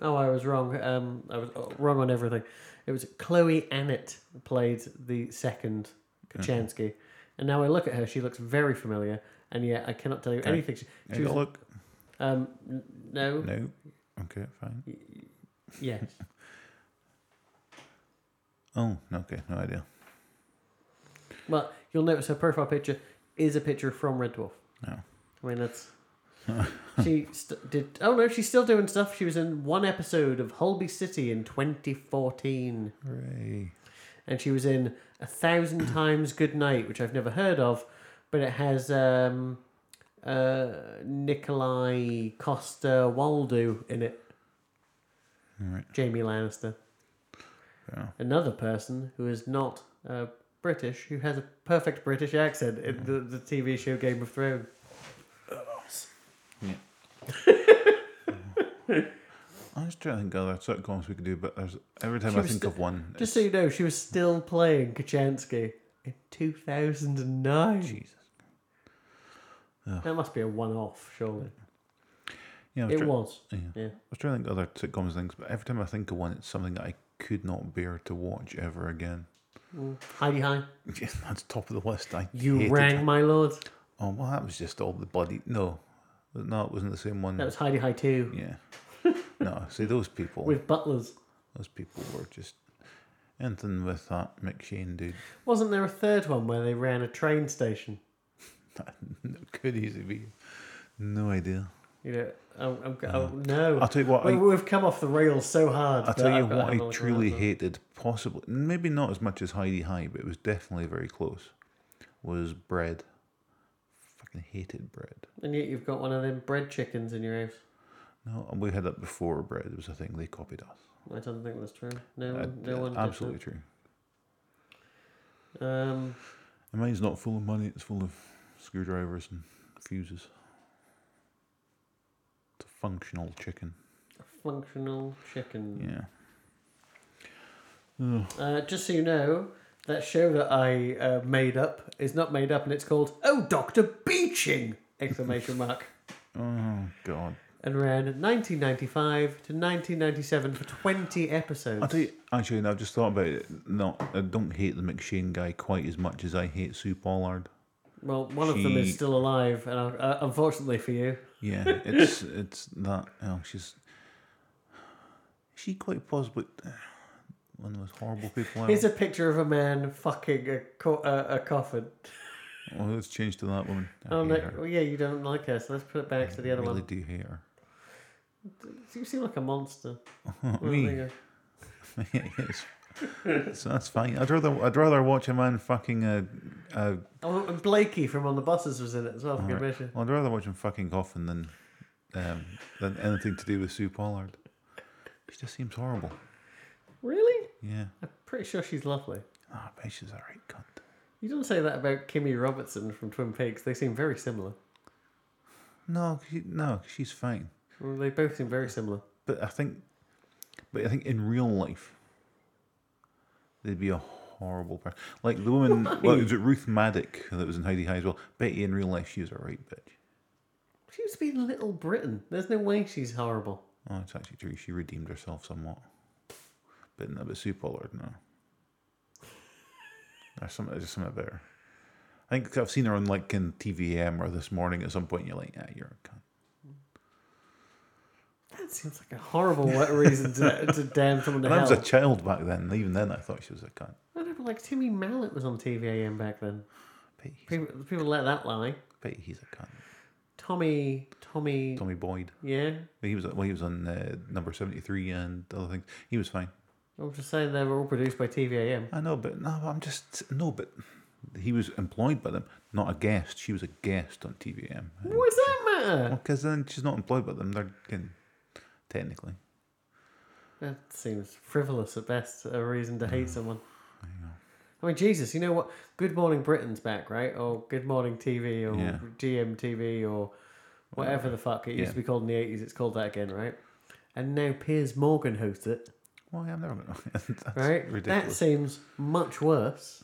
D: Oh, I was wrong. Um, I was wrong on everything. It was Chloe Annett played the second Kachansky, and now I look at her. She looks very familiar, and yet I cannot tell you anything. She,
B: Hey,
D: she was,
B: look.
D: um, n- no,
B: No. Okay, fine.
D: yes,
B: Oh, no, okay, no idea.
D: well, you'll notice her profile picture is a picture from Red Dwarf.
B: No.
D: I mean, that's she st- did. Oh no, she's still doing stuff. She was in one episode of Holby City in 2014.
B: Hooray.
D: and she was in a thousand times good night which i've never heard of but it has um uh nikolai costa waldo in it
B: Right.
D: jamie lannister
B: Yeah.
D: another person who is not uh, british who has a perfect british accent in the, the tv show game of thrones
B: I was trying to think of other sitcoms we could do, but there's every time
D: She
B: I
D: was
B: think
D: st-
B: of one, it's-
D: just so you know she was still playing kachansky in 2009
B: Jesus.
D: that must be a one-off surely
B: Yeah, I was
D: it
B: try-
D: was
B: Yeah.
D: yeah
B: I was trying to think of other sitcoms and things, but every time I think of one, it's something that I could not bear to watch ever again.
D: heidi high
B: Yeah, that's top of the list. I
D: You
B: hated
D: rang
B: it.
D: my lord.
B: Oh well, that was just all the bloody no, no, it wasn't the same one.
D: That was Heidi High too
B: Yeah, no. See those people.
D: with butlers.
B: Those people were just anything with that McShane dude.
D: Wasn't there a third one where they ran a train station?
B: It could easily be. No idea.
D: You know, I'm, I'm, oh no!
B: I'll tell you what,
D: we,
B: Uh, I-
D: we've come off the rails so hard.
B: I'll
D: but
B: tell you
D: I've got to
B: what
D: have a
B: I
D: look
B: truly
D: around.
B: hated, possibly maybe not as much as Heidi High, but it was definitely very close. Was bread. Fucking hated bread.
D: And yet you've got one of them bread chickens in your house.
B: No, and we had that before bread. It was a thing they copied us.
D: I don't think that's true. No,
B: Uh,
D: one- no one. did that.
B: absolutely true.
D: Um,
B: And mine's not full of money, it's full of screwdrivers and fuses. It's a functional chicken.
D: functional chicken.
B: Yeah.
D: Uh, just so you know, that show that I uh, made up is not made up, and it's called "Oh, Doctor Beeching!" Exclamation mark.
B: Oh, God.
D: and ran 1995 to 1997 for 20 episodes.
B: I tell you, actually, no, I've just thought about it. No, I don't hate the McShane guy quite as much as I hate Sue Pollard.
D: well, one of them
B: She-
D: is still alive, and uh, unfortunately for you,
B: Yeah, it's it's that. Oh, she's. She quite possibly one of those horrible people.
D: here's
B: Ever.
D: a picture of a man fucking a, co- a, a coffin.
B: Oh, let's change to that woman. I
D: Oh
B: hate
D: no!
B: her.
D: Well, yeah, you don't like her, so let's put it back to the
B: I
D: other
B: really
D: one.
B: do hate her.
D: You seem like a monster. Well, there you
B: Me,
D: go.
B: yes. so that's fine. I'd rather I'd rather watch a man fucking uh, a, a
D: Oh, and Blakey from On the Buses was in it as well. For good
B: Alright.
D: measure.
B: I'd rather watch him fucking coffin than um, than anything to do with Sue Pollard. She just seems horrible.
D: Really?
B: Yeah.
D: I'm pretty sure she's lovely.
B: Ah, I bet she's a right cunt.
D: You don't say that about Kimmy Robertson from Twin Peaks. They seem very similar.
B: No, she, no, she's fine.
D: Well, They both seem very similar.
B: But I think, but I think in real life, they'd be a horrible person. Like the woman, well, it was Ruth Maddock that was in Heidi High as well. Betty in real life, she was a right bitch.
D: She used to be in Little Britain. There's no way she's horrible.
B: Oh, it's actually true. She redeemed herself somewhat. But no, but Sue Pollard, no. There's something, there's something better. I think I've seen her on like in TVM or this morning at some point. You're like, yeah, you're a cunt.
D: That seems like a horrible wa- reason to, to damn someone to
B: And I
D: hell.
B: was a child back then. and Even then, I thought she was a cunt.
D: I know, but like Timmy Mallet was on TVAM back then.
B: But he's,
D: People, people let that lie.
B: but he's a cunt.
D: Tommy, Tommy,
B: Tommy Boyd.
D: yeah.
B: He was well, he was on uh, number seventy three and other things. He was fine.
D: I'm just saying they were all produced by TVAM.
B: I know, but no, I'm just no, but he was employed by them, not a guest. She was a guest on TVM.
D: What does that matter?
B: Because then she's not employed by them. They're getting, technically.
D: That seems frivolous at best. A reason to hate someone. I mean, Jesus, you know what? Good Morning Britain's back, right? Or Good Morning TV, or
B: Yeah.
D: GMTV, or whatever the fuck it used
B: Yeah.
D: to be called in the eighties. It's called that again, right? And now Piers Morgan hosts it.
B: Well, yeah, I'm never going to. That's
D: right? That
B: ridiculous.
D: seems much worse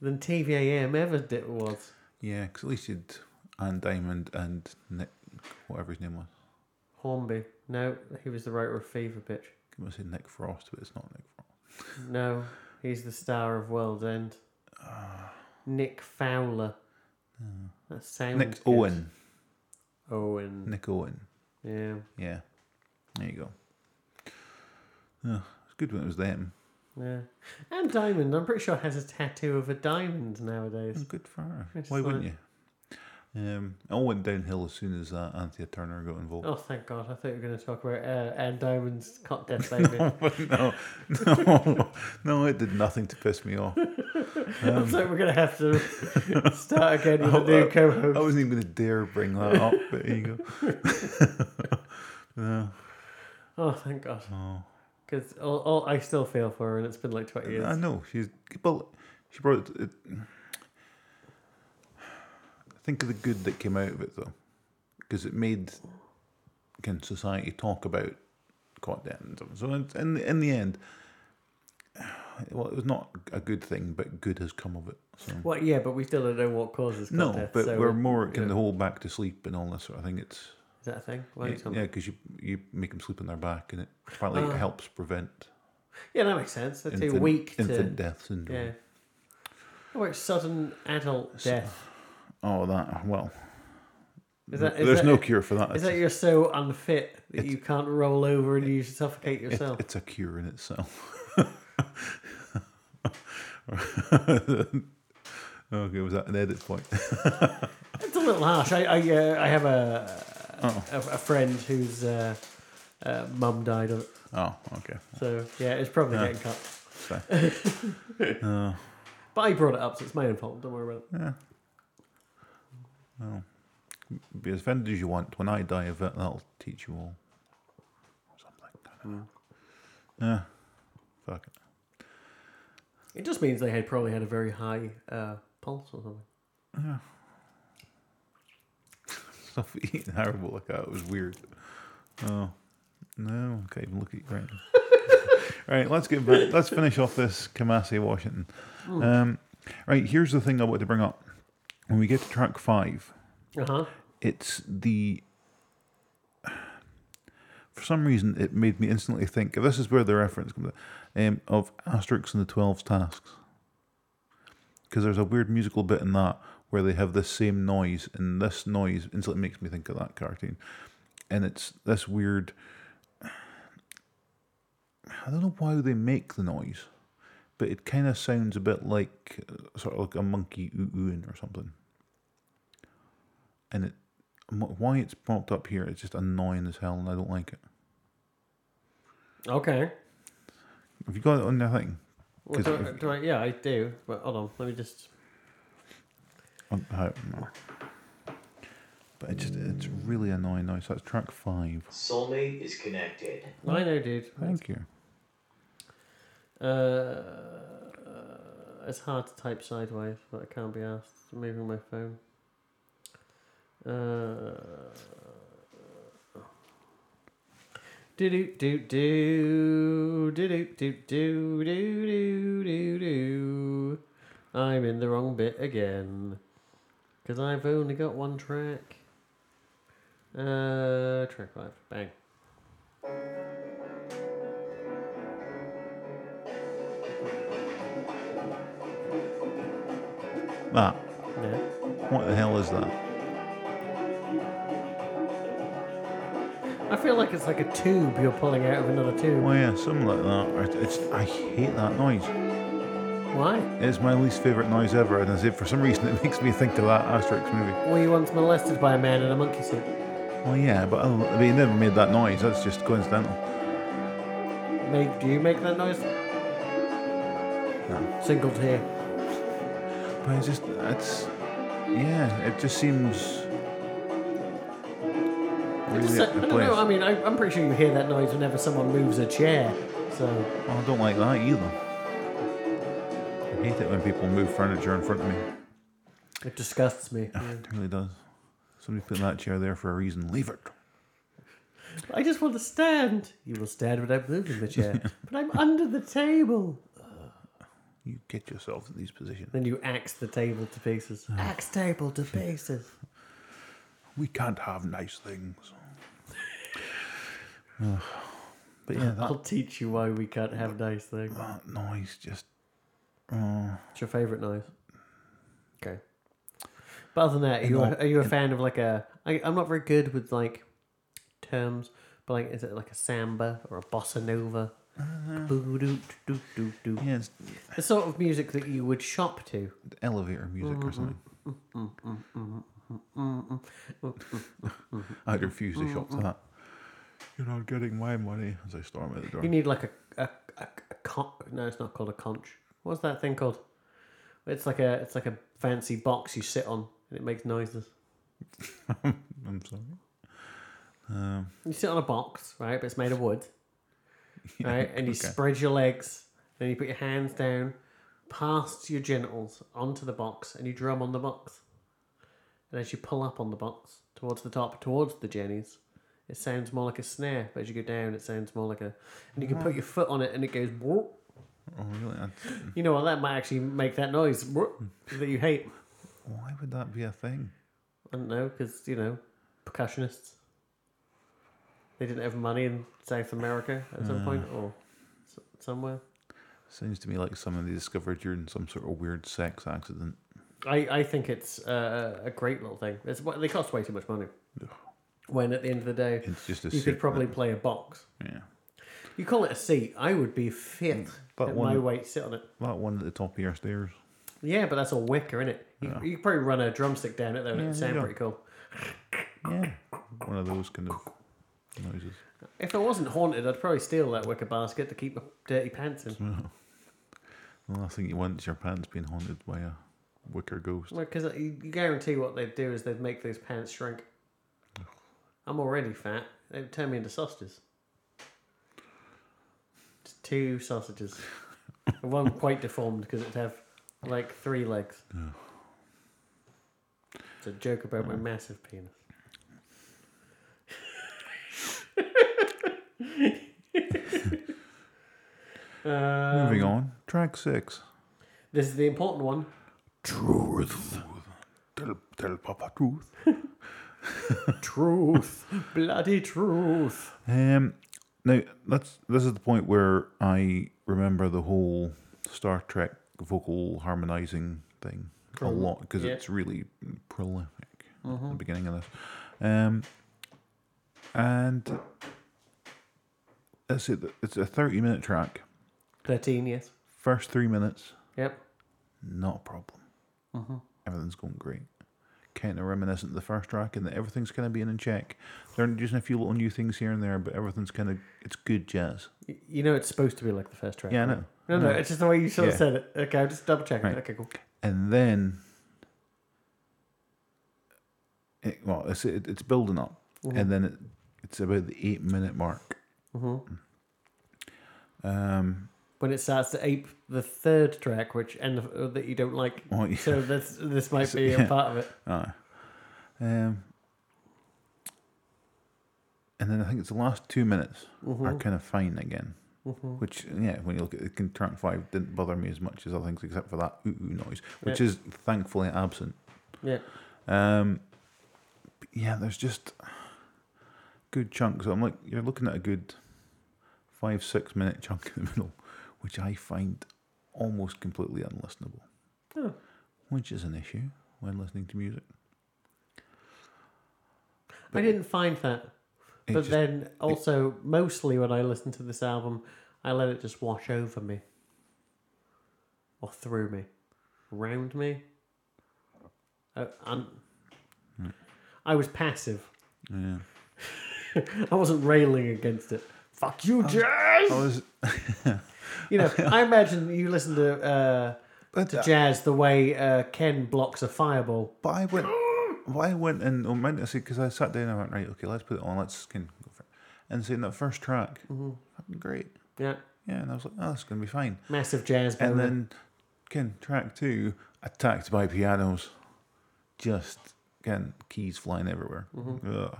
D: than TVAM ever did was.
B: Yeah, because at least you'd Anne Diamond and Nick, whatever his name was.
D: Hornby, No, he was the writer of Fever Pitch.
B: I'm gonna say Nick Frost, but it's not Nick Frost.
D: No, he's the star of World's End.
B: Ah.
D: Nick Fowler. That sounds
B: Hmm. Nick
D: good.
B: Owen.
D: Owen.
B: Nick Owen.
D: Yeah.
B: Yeah. There you go. Yeah, it's good when it was them.
D: Yeah. And Diamond. I'm pretty sure has a tattoo of a diamond
B: It's
D: nowadays.
B: good for her.
D: I just
B: Why
D: thought-
B: wouldn't you? Um, it all went downhill as soon as uh, Anthea Turner got involved.
D: Oh, thank God. I thought you were going to talk about uh, Anne Diamond's Cot Death Baby.
B: no, no, no, it did nothing to piss me off.
D: I'm sorry, we're going to have to start again with
B: Oh,
D: a new
B: uh,
D: co
B: I
D: host.
B: wasn't even going to dare bring that up, but there you go. no,
D: Oh, thank God.
B: oh. Uh,
D: Because all, all, I still feel for her, and it's been like 20 years.
B: I know she's well. She brought it, Think of the good that came out of it though, because it made can society talk about caught death and stuff. So in- in the, in the end, well, it was not a good thing, but good has come of it. So.
D: Well, yeah, but we still don't know what causes cot
B: No,
D: death.
B: but
D: so
B: we're more in
D: yeah.
B: the whole back to sleep and all that sort of thing. It's
D: Is that a thing? Why
B: yeah,
D: don't you tell me?
B: yeah, because you you make them sleep on their back, and it apparently it
D: Ah.
B: helps prevent
D: Yeah, that makes sense. They're too
B: infant,
D: weak
B: infant
D: to.
B: death syndrome.
D: Yeah. Or it's sudden adult death.
B: Oh, that well.
D: Is that- is
B: there's
D: that-
B: no cure for that.
D: Is
B: It's-
D: that you're so unfit that
B: It's-
D: you can't roll over and you suffocate
B: it-
D: yourself?
B: it's a cure in itself. okay, was that an edit point?
D: It's a little harsh. I I, uh, I have a, a a friend whose uh, uh, mum died of it,
B: Oh, okay.
D: so yeah, it's probably
B: Yeah.
D: getting cut.
B: So, uh,
D: But I brought it up, so it's my own fault. Don't worry about it.
B: yeah. Well, be as offended as you want. When I die of it, that'll teach you all. Or something. I don't know.
D: Hmm.
B: Yeah. Fuck it.
D: It just means they had probably had a very high uh, pulse or something.
B: Stuff eating horrible like that. It was weird. Oh no, I can't even look at you right now. right, let's get back. Let's finish off this Kamasi Washington. Um, right, here's the thing I wanted to bring up. When we get to track five,
D: Uh huh.
B: it's the. For some reason, it made me instantly think. This is where the reference comes in, um, of Asterix and the Twelve's Tasks. Because there's a weird musical bit in that where they have this same noise, and this noise instantly makes me think of that cartoon. And it's this weird. I don't know why they make the noise, but it kind of sounds a bit like uh, sort of like a monkey oo ooing or something and it wh- why it's brought up here it's just annoying as hell and i don't like it
D: Okay.
B: have you got it on your thing
D: Well,
B: 'Cause
D: do,
B: if-
D: do I, yeah, I do. But hold on, let me just.
B: on, how, no. but it just it's really annoying noise that's track five
E: Soulmate is connected.
D: I know, dude.
B: thank you
D: Uh, it's hard to type sideways, but I can't be asked. I'm moving my phone. Uh, do do do do do do do do do do do. I'm in the wrong bit again, because I've only got one track. Uh, track five, bang.
B: that
D: No.
B: what the hell is that
D: I feel like it's like a tube you're pulling out of another tube.
B: oh yeah something like that Or it- it's i hate that noise
D: Why?
B: it's my least favorite noise ever and as if for some reason it makes me think of that asterix movie
D: Were you once molested by a man in a monkey suit?
B: well yeah but I, don't- I mean it never made that noise that's just coincidental
D: Make, do you make that noise?
B: No.
D: Single tear.
B: But it's just it's yeah, it just seems really
D: Just,
B: out of
D: I don't
B: place.
D: know. I mean, I, I'm pretty sure you hear that noise whenever someone moves a chair. So
B: Well, Oh, I don't like that either. I hate it when people move furniture in front of me.
D: it disgusts me.
B: It really does. Somebody put that chair there for a reason. Leave it.
D: I just want to stand. You will stand without moving the chair. but I'm under the table.
B: You get yourself in these positions.
D: Then you axe the table to pieces. Axe table to pieces.
B: We can't have nice things. But yeah, that,
D: I'll teach you why we can't have nice things.
B: that noise just.
D: What's your favourite noise? Okay. But other than that, are you,
B: all-
D: a, are you a fan of like a? I, I'm not very good with like terms, but like is it like a samba or a bossa nova? Boo-doo, doo, doo, doo.
B: Yeah, it's
D: The sort of music that you would shop to.
B: elevator music or something. I refuse to shop to that. You're not getting my money as I storm out the door.
D: You need like a a, a, a con- no, it's not called a conch. What's that thing called? It's like a it's like a fancy box you sit on and it makes noises.
B: I'm sorry.
D: You sit on a box, right? But it's made of wood, right? And you
B: okay.
D: spread your legs, then you put your hands down past your genitals onto the box, and you drum on the box. And as you pull up on the box towards the top, towards the jennies, it sounds more like a snare. But as you go down, it sounds more like a. And you can put your foot on it, and it goes. whoop.
B: Oh, really? That's,
D: You know what? That might actually make that noise whoop, that you hate.
B: why would that be a thing?
D: I don't know, because, you know, percussionists. They didn't have money in South America at some point or s- somewhere.
B: Sounds to me like something they discovered during some sort of weird sex accident.
D: I, I think it's uh, a great little thing. It's, what- they cost way too much money. When at the end of the day,
B: It's just a
D: you
B: secret.
D: could probably play a box.
B: Yeah.
D: You call it a seat. I would be fit
B: Mm. But
D: at
B: one-
D: my weight, sit on it.
B: That one at the top of your stairs.
D: Yeah, but that's all wicker, isn't it? You, you could probably run a drumstick down it, though, and
B: Yeah,
D: it'd
B: there you
D: sound
B: go.
D: pretty cool.
B: Yeah. One of those kind of noises.
D: If I wasn't haunted, I'd probably steal that wicker basket to keep my dirty pants in.
B: The last thing you want is your pants being haunted by a wicker ghost.
D: Because you you guarantee what they'd do is they'd make those pants shrink. I'm already fat. They'd turn me into sausages. Just two sausages. And One quite deformed because it'd have like three legs. It's a joke about my massive penis. uh,
B: Moving on. Track six.
D: this is the important one.
B: Truth. Tell, tell Papa truth.
D: Truth. Bloody truth.
B: Um, now that's this is the point where I remember the whole Star Trek vocal harmonizing thing a lot because
D: yeah.
B: it's really prolific at the beginning of this. Um, and that's it. It's a thirty-minute track.
D: 13, yes.
B: First three minutes,
D: Yep.
B: not a problem. Everything's going great. Kind of reminiscent of the first track, and that everything's kind of being in check. They're introducing a few little new things here and there, but everything's kind of it's good jazz.
D: Y- You know it's supposed to be like the first track.
B: Yeah, I
D: right?
B: know.
D: No, no, it's just the way you sort
B: Yeah.
D: of said it. Okay, I'll just double check.
B: Right.
D: Okay, cool.
B: And then, it, well, it's it, it's building up, and then it, it's about the eight minute mark. Um,
D: When it starts to ape the third track, which and the, uh, that you don't like,
B: Oh, yeah.
D: so this this might be
B: yeah.
D: a part of it.
B: um, and then I think it's the last two minutes
D: Mm-hmm.
B: are kind of fine again. Which yeah, when you look at it, can track five didn't bother me as much as other things except for that ooh ooh noise, which is thankfully absent.
D: Yeah,
B: Um, but yeah, there's just good chunks. I'm like, you're looking at a good five, six minute chunk in the middle, which I find almost completely unlistenable,
D: Oh.
B: which is an issue when listening to music.
D: I didn't find that,
B: It
D: but
B: just-
D: then also mostly when I listen to this album, I let it just wash over me, or through me, round me. Uh, un- I was passive.
B: Hmm. yeah.
D: I wasn't railing against it. Fuck
B: Oh,
D: you, jazz.
B: I was,
D: You know, I imagine you listen to uh,
B: but,
D: jazz the way uh, Ken blocks a fireball.
B: but I went, well, I went and oh, meant to see because I sat down and I went right, okay, let's put it on, let's can go for it, and seeing that first track, fucking great,
D: Yeah,
B: yeah, and I was like, oh, it's gonna be fine.
D: massive jazz.
B: And
D: moment.
B: then, again, track two, attacked by pianos. Just, again, keys flying everywhere. Ugh.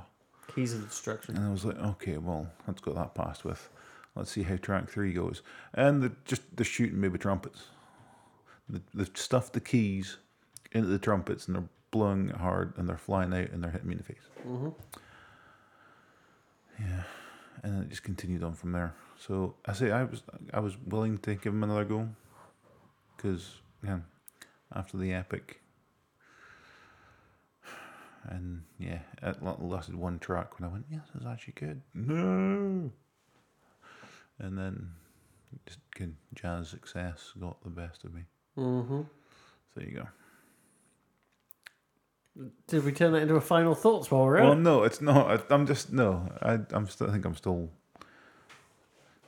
D: keys of destruction.
B: And I was like, okay, well, let's got that passed with. Let's see how track three goes. And the, just the shooting me with trumpets. The, the stuff, the keys into the trumpets, and they're blowing hard, and they're flying out, and they're hitting me in the face. Yeah. and then it just continued on from there. So I say I was I was willing to give him another go, because yeah, after the epic, and yeah, it la- lasted one track when I went, yeah, this is actually good. No, and then just good jazz success got the best of me.
D: Mm-hmm.
B: So there you go.
D: Did we turn that into a final thoughts while we're at
B: Well,
D: it?
B: no, it's not. I, I'm just no. I I'm still I think I'm still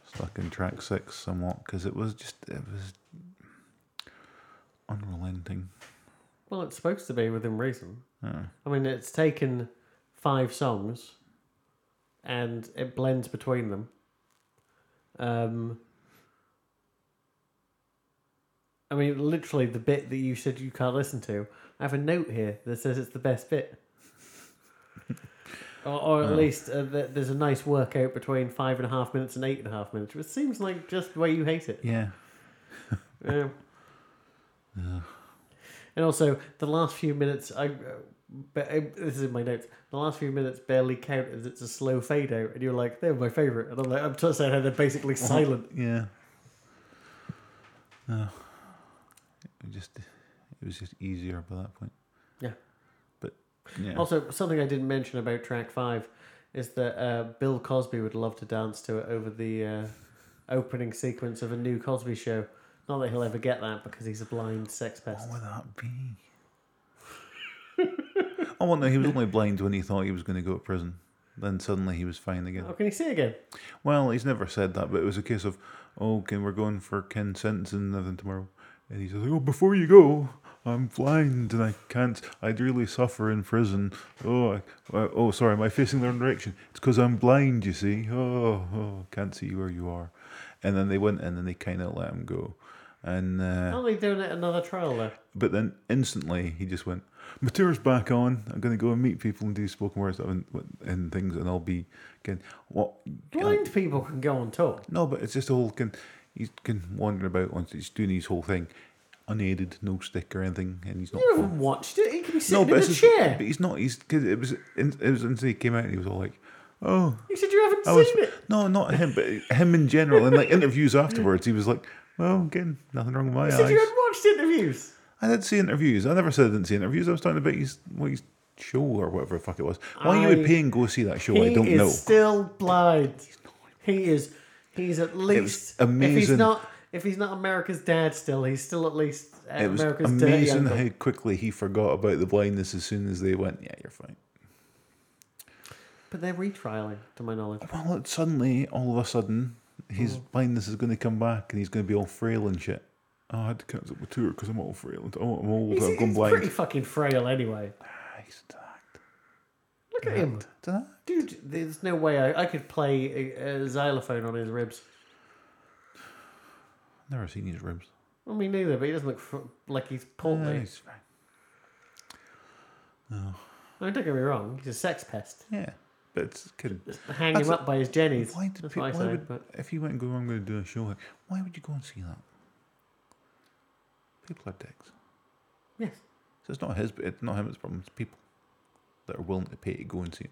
B: stuck in track six somewhat because it was just it was unrelenting.
D: Well, it's supposed to be within reason.
B: Yeah.
D: I mean, it's taken five songs, and it blends between them. Um, I mean, literally the bit that you said you can't listen to. I have a note here that says it's the best bit, or, or at least uh, th- there's a nice workout between five and a half minutes and eight and a half minutes, which seems like just where you hate it.
B: yeah.
D: Yeah. And also, the last few minutes, I, uh, ba- I this is in my notes. The last few minutes barely count as it's a slow fade out, and you're like, "They're my favorite," and I'm like, "I'm just saying how they're basically silent."
B: Yeah. No. It was just it was just easier by that point.
D: Yeah.
B: But yeah.
D: Also, something I didn't mention about track five is that uh, Bill Cosby would love to dance to it over the uh, opening sequence of a new Cosby show. Not that he'll ever get that because he's a blind sex pest.
B: what would that be? oh well, no, he was only blind when he thought he was going to go to prison. Then suddenly he was fine again.
D: How can he see again?
B: Well, he's never said that, but it was a case of, oh, okay, we're going for Ken sentencing nothing tomorrow. And he's like, oh, before you go, I'm blind and I can't, I'd really suffer in prison. Oh, I, uh, oh, sorry, am I facing the wrong direction? It's because I'm blind, you see. Oh, oh, can't see where you are. And then they went and then they kind of let him go. And, uh,
D: Aren't they doing it another trial though?
B: but then instantly he just went, my tour's back on. I'm going to go and meet people and do spoken words and, and things and I'll be, again, what?
D: Blind people can go on tour.
B: No, but it's just the whole can he's can wandering about once he's doing his whole thing, unaided, no stick or anything, and he's not.
D: You haven't watched it. He can be
B: no,
D: sitting
B: but
D: in
B: it's
D: a
B: just-
D: chair.
B: But he's not. He's because it was in- it was until he came out and he was all like, "Oh,
D: You said you haven't
B: I
D: seen
B: was
D: it.
B: no, not him, but him in general." And like interviews afterwards, he was like, "Well, again, nothing wrong with my
D: You said
B: eyes."
D: you had watched interviews.
B: I did see interviews. I never said I didn't see interviews. I was talking about his what his show or whatever the fuck it was. Why you
D: I-
B: would pay and go see that show? I
D: he
B: don't
D: is
B: know.
D: still blind. He is. He's at least If he's
B: amazing.
D: not, if he's not America's dad, still he's still at least uh,
B: It was
D: America's dirty
B: amazing
D: uncle.
B: how quickly he forgot about the blindness as soon as they went, Yeah, you're fine.
D: But they're retrialing, to my knowledge.
B: Well, it suddenly, all of a sudden, his blindness is going to come back and he's going to be all frail and shit. Oh, I had to cancel my tour because I'm all frail. and- Oh, I'm old.
D: He's,
B: I've gone
D: he's
B: blind.
D: pretty fucking frail anyway.
B: Ah, he's attacked.
D: Look at him,
B: Attacked.
D: dude. There's no way I, I could play a, a xylophone on his ribs.
B: Never seen his ribs.
D: Well, me neither. But he doesn't look fr- like he's
B: Ah,
D: portly.
B: he's fine.
D: I mean, don't get me wrong. He's a sex pest.
B: Yeah, but it's kidding.
D: Hang
B: That's
D: him
B: a-
D: up by his jennies.
B: Why did
D: That's
B: people?
D: what I
B: Why
D: say.
B: would,
D: but
B: if you went and go, I'm going to do a show. Like, why would you go and see that? People are dicks.
D: yes.
B: So it's not his, it's not him, it's problem, it's people that are willing to pay to go and see it.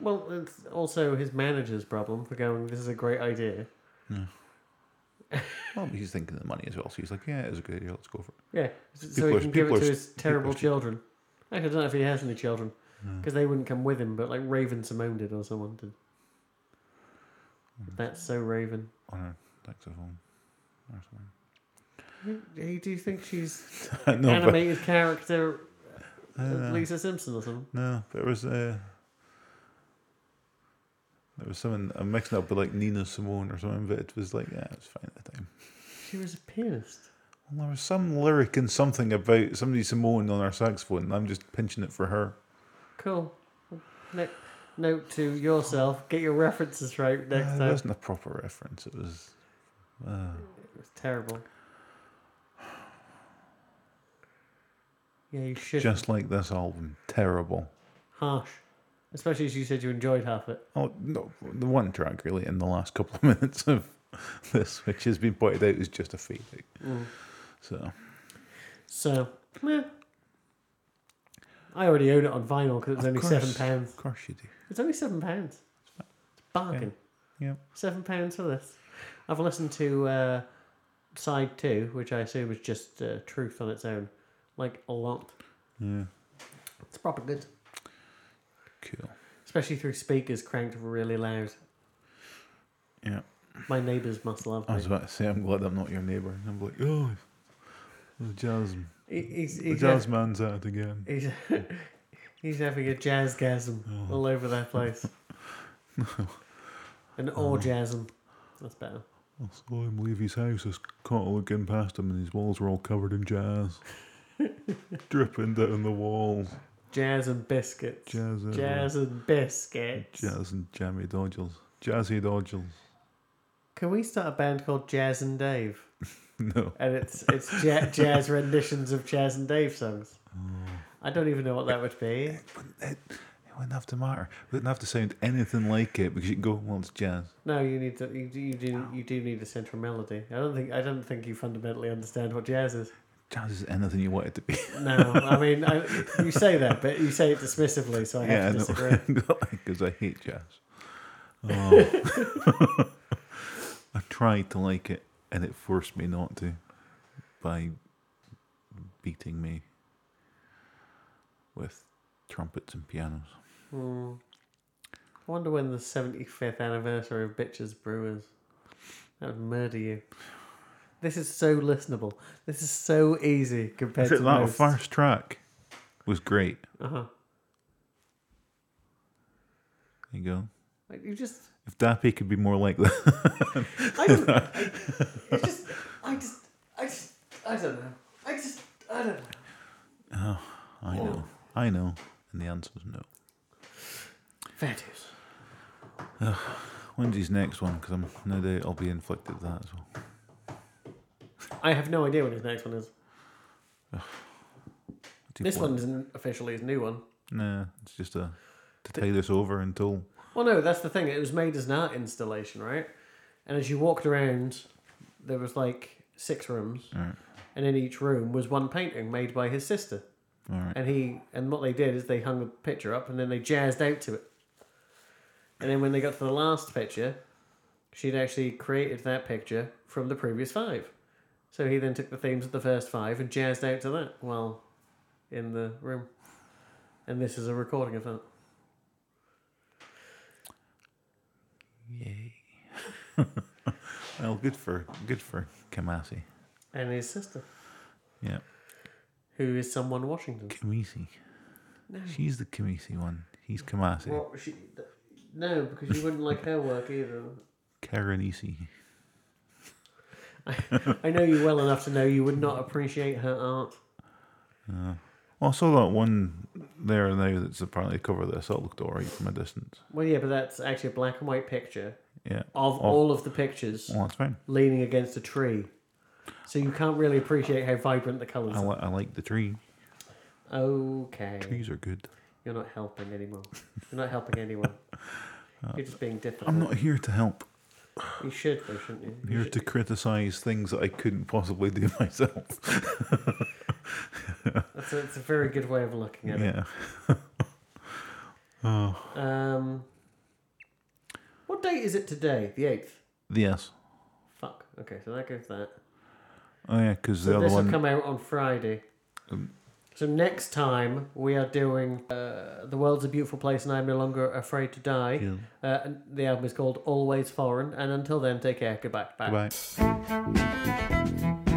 D: Well, it's also his manager's problem for going, this is a great idea.
B: Well, but he's thinking of the money as well, so he's like, yeah, it's a good idea, let's go for it.
D: Yeah. s- So
B: People
D: he
B: are-
D: can give it
B: people
D: to
B: are-
D: his
B: people
D: terrible
B: are stupid.
D: children. Actually, I don't know if he has any children
B: Hmm.
D: because they wouldn't come with him, but like Raven Simone did or someone did.
B: Hmm.
D: That's so Raven.
B: On a saxophone or something.
D: Who- who Do you think she's
B: no, but,
D: animated character uh,
B: know.
D: Lisa Simpson or something?
B: no, there was Uh, there was someone I'm mixing up with like Nina Simone or something, but it was like, yeah, it was fine at the time.
D: She was a pianist.
B: Well, there was some lyric and something about somebody Simone on her saxophone, and I'm just pinching it for her.
D: Cool. No, note to yourself: get your references right next
B: Uh, it
D: time.
B: wasn't a proper reference. It was. Uh,
D: It was terrible. Yeah, you should.
B: just like this album, terrible.
D: Harsh. Especially as you said you enjoyed half it.
B: Oh no, the one track really in the last couple of minutes of this, which has been pointed out, is just a fade out.
D: Mm.
B: So
D: So, meh. I already own it on vinyl because it was only
B: Of
D: seven
B: course-
D: pounds.
B: Of course you do.
D: It's only seven pounds. It's a bargain.
F: Yeah.
D: Seven pounds for this. I've listened to uh, side two, which I assume is just uh, truth on its own, like a lot.
F: Yeah.
D: It's proper good,
F: Cool.
D: especially through speakers cranked really loud.
F: Yeah.
D: My neighbours must love
F: I
D: me.
F: was about to say, I'm glad I'm not your neighbour. I'm like, oh, the jazz,
D: He- He's,
F: the
D: he's,
F: jazz man's at it again.
D: he's, he's having a jazzgasm
F: Oh.
D: all over that place. An orgasm. That's better.
F: I saw him leave his house. I caught looking past him, and his walls were all covered in jazz, dripping down the walls.
D: Jazz and biscuits.
F: Jazz, everywhere.
D: Jazz and biscuits.
F: jazz, and jammy dodgels, jazzy dodgels.
D: Can we start a band called Jazz and Dave?
F: No,
D: And it's it's ja- jazz renditions of Jazz and Dave songs.
F: Oh.
D: I don't even know what that would be.
F: it wouldn't have to matter. It wouldn't have to sound anything like it because you can go, well, it's jazz.
D: No, you need to you do you do, you do need a central melody. I don't think I don't think you fundamentally understand what jazz is.
F: Jazz is anything you want it to be.
D: No, I mean I, you say that, but you say it dismissively, so I have to disagree.
F: because I hate jazz. Oh. I tried to like it, and it forced me not to by beating me with trumpets and pianos.
D: Hmm. I wonder when the seventy fifth anniversary of Bitches Brewers. That would murder you. This is so listenable. This is so easy compared
F: That
D: to most.
F: first track was great.
D: Uh-huh.
F: There you go.
D: Like you just,
F: If Dappy could be more like that,
D: I don't, I, it's just, I just, I just, I don't know. I just, I don't know.
F: I know, I know, and the answer is no.
D: Fair dues.
F: When's his next one? Because I'm no doubt I'll be inflicted with that as well.
D: I have no idea what his next one is.
F: What do you
D: This
F: want?
D: one isn't officially his new one.
F: Nah, it's just a to tie this over until
D: Well, no, that's the thing. It was made as an art installation, right? And as you walked around, there was like six rooms,
F: Right.
D: and in each room was one painting made by his sister.
F: all right.
D: And he and what they did is they hung a picture up and then they jazzed out to it. And then when they got to the last picture, she'd actually created that picture from the previous five. So he then took the themes of the first five and jazzed out to that while in the room. And this is a recording of that.
F: Yay. well, good for good for Kamasi.
D: And his sister,
F: Yeah,
D: who is someone Washington.
F: Kamisi. She's the Kamisi one. He's Kamasi.
D: Well, she, th- no, because you wouldn't like her work either.
F: Karanisi.
D: I know you well enough to know you would not appreciate her art.
F: Well, I saw that one there now that's apparently covered this. That looked alright from a distance.
D: Well, yeah, but that's actually a black and white picture
F: Yeah.
D: of all of the pictures
F: Well, that's fine.
D: leaning against a tree. So you can't really appreciate how vibrant the colours
F: I,
D: are.
F: li- I like the tree.
D: Okay.
F: Trees are good.
D: You're not helping anymore. You're not helping anyone. You're just being difficult.
F: Uh, I'm not here to help.
D: You should, though, shouldn't you?
F: I'm
D: You
F: here
D: should-
F: to criticise things that I couldn't possibly do myself.
D: That's a, it's a very good way of looking at
F: Yeah. Oh.
D: it. Um, what date is it today? The 8th?
F: Yes.
D: Fuck. Okay, so that goes that.
F: Oh yeah, because the
D: So
F: other
D: this will
F: one. Um,
D: come out on Friday. so next time we are doing uh, "The World's a Beautiful Place" and I'm No Longer Afraid to Die. Uh, and the album is called "Always Foreign." And until then, take care. Goodbye. Bye.
F: Bye.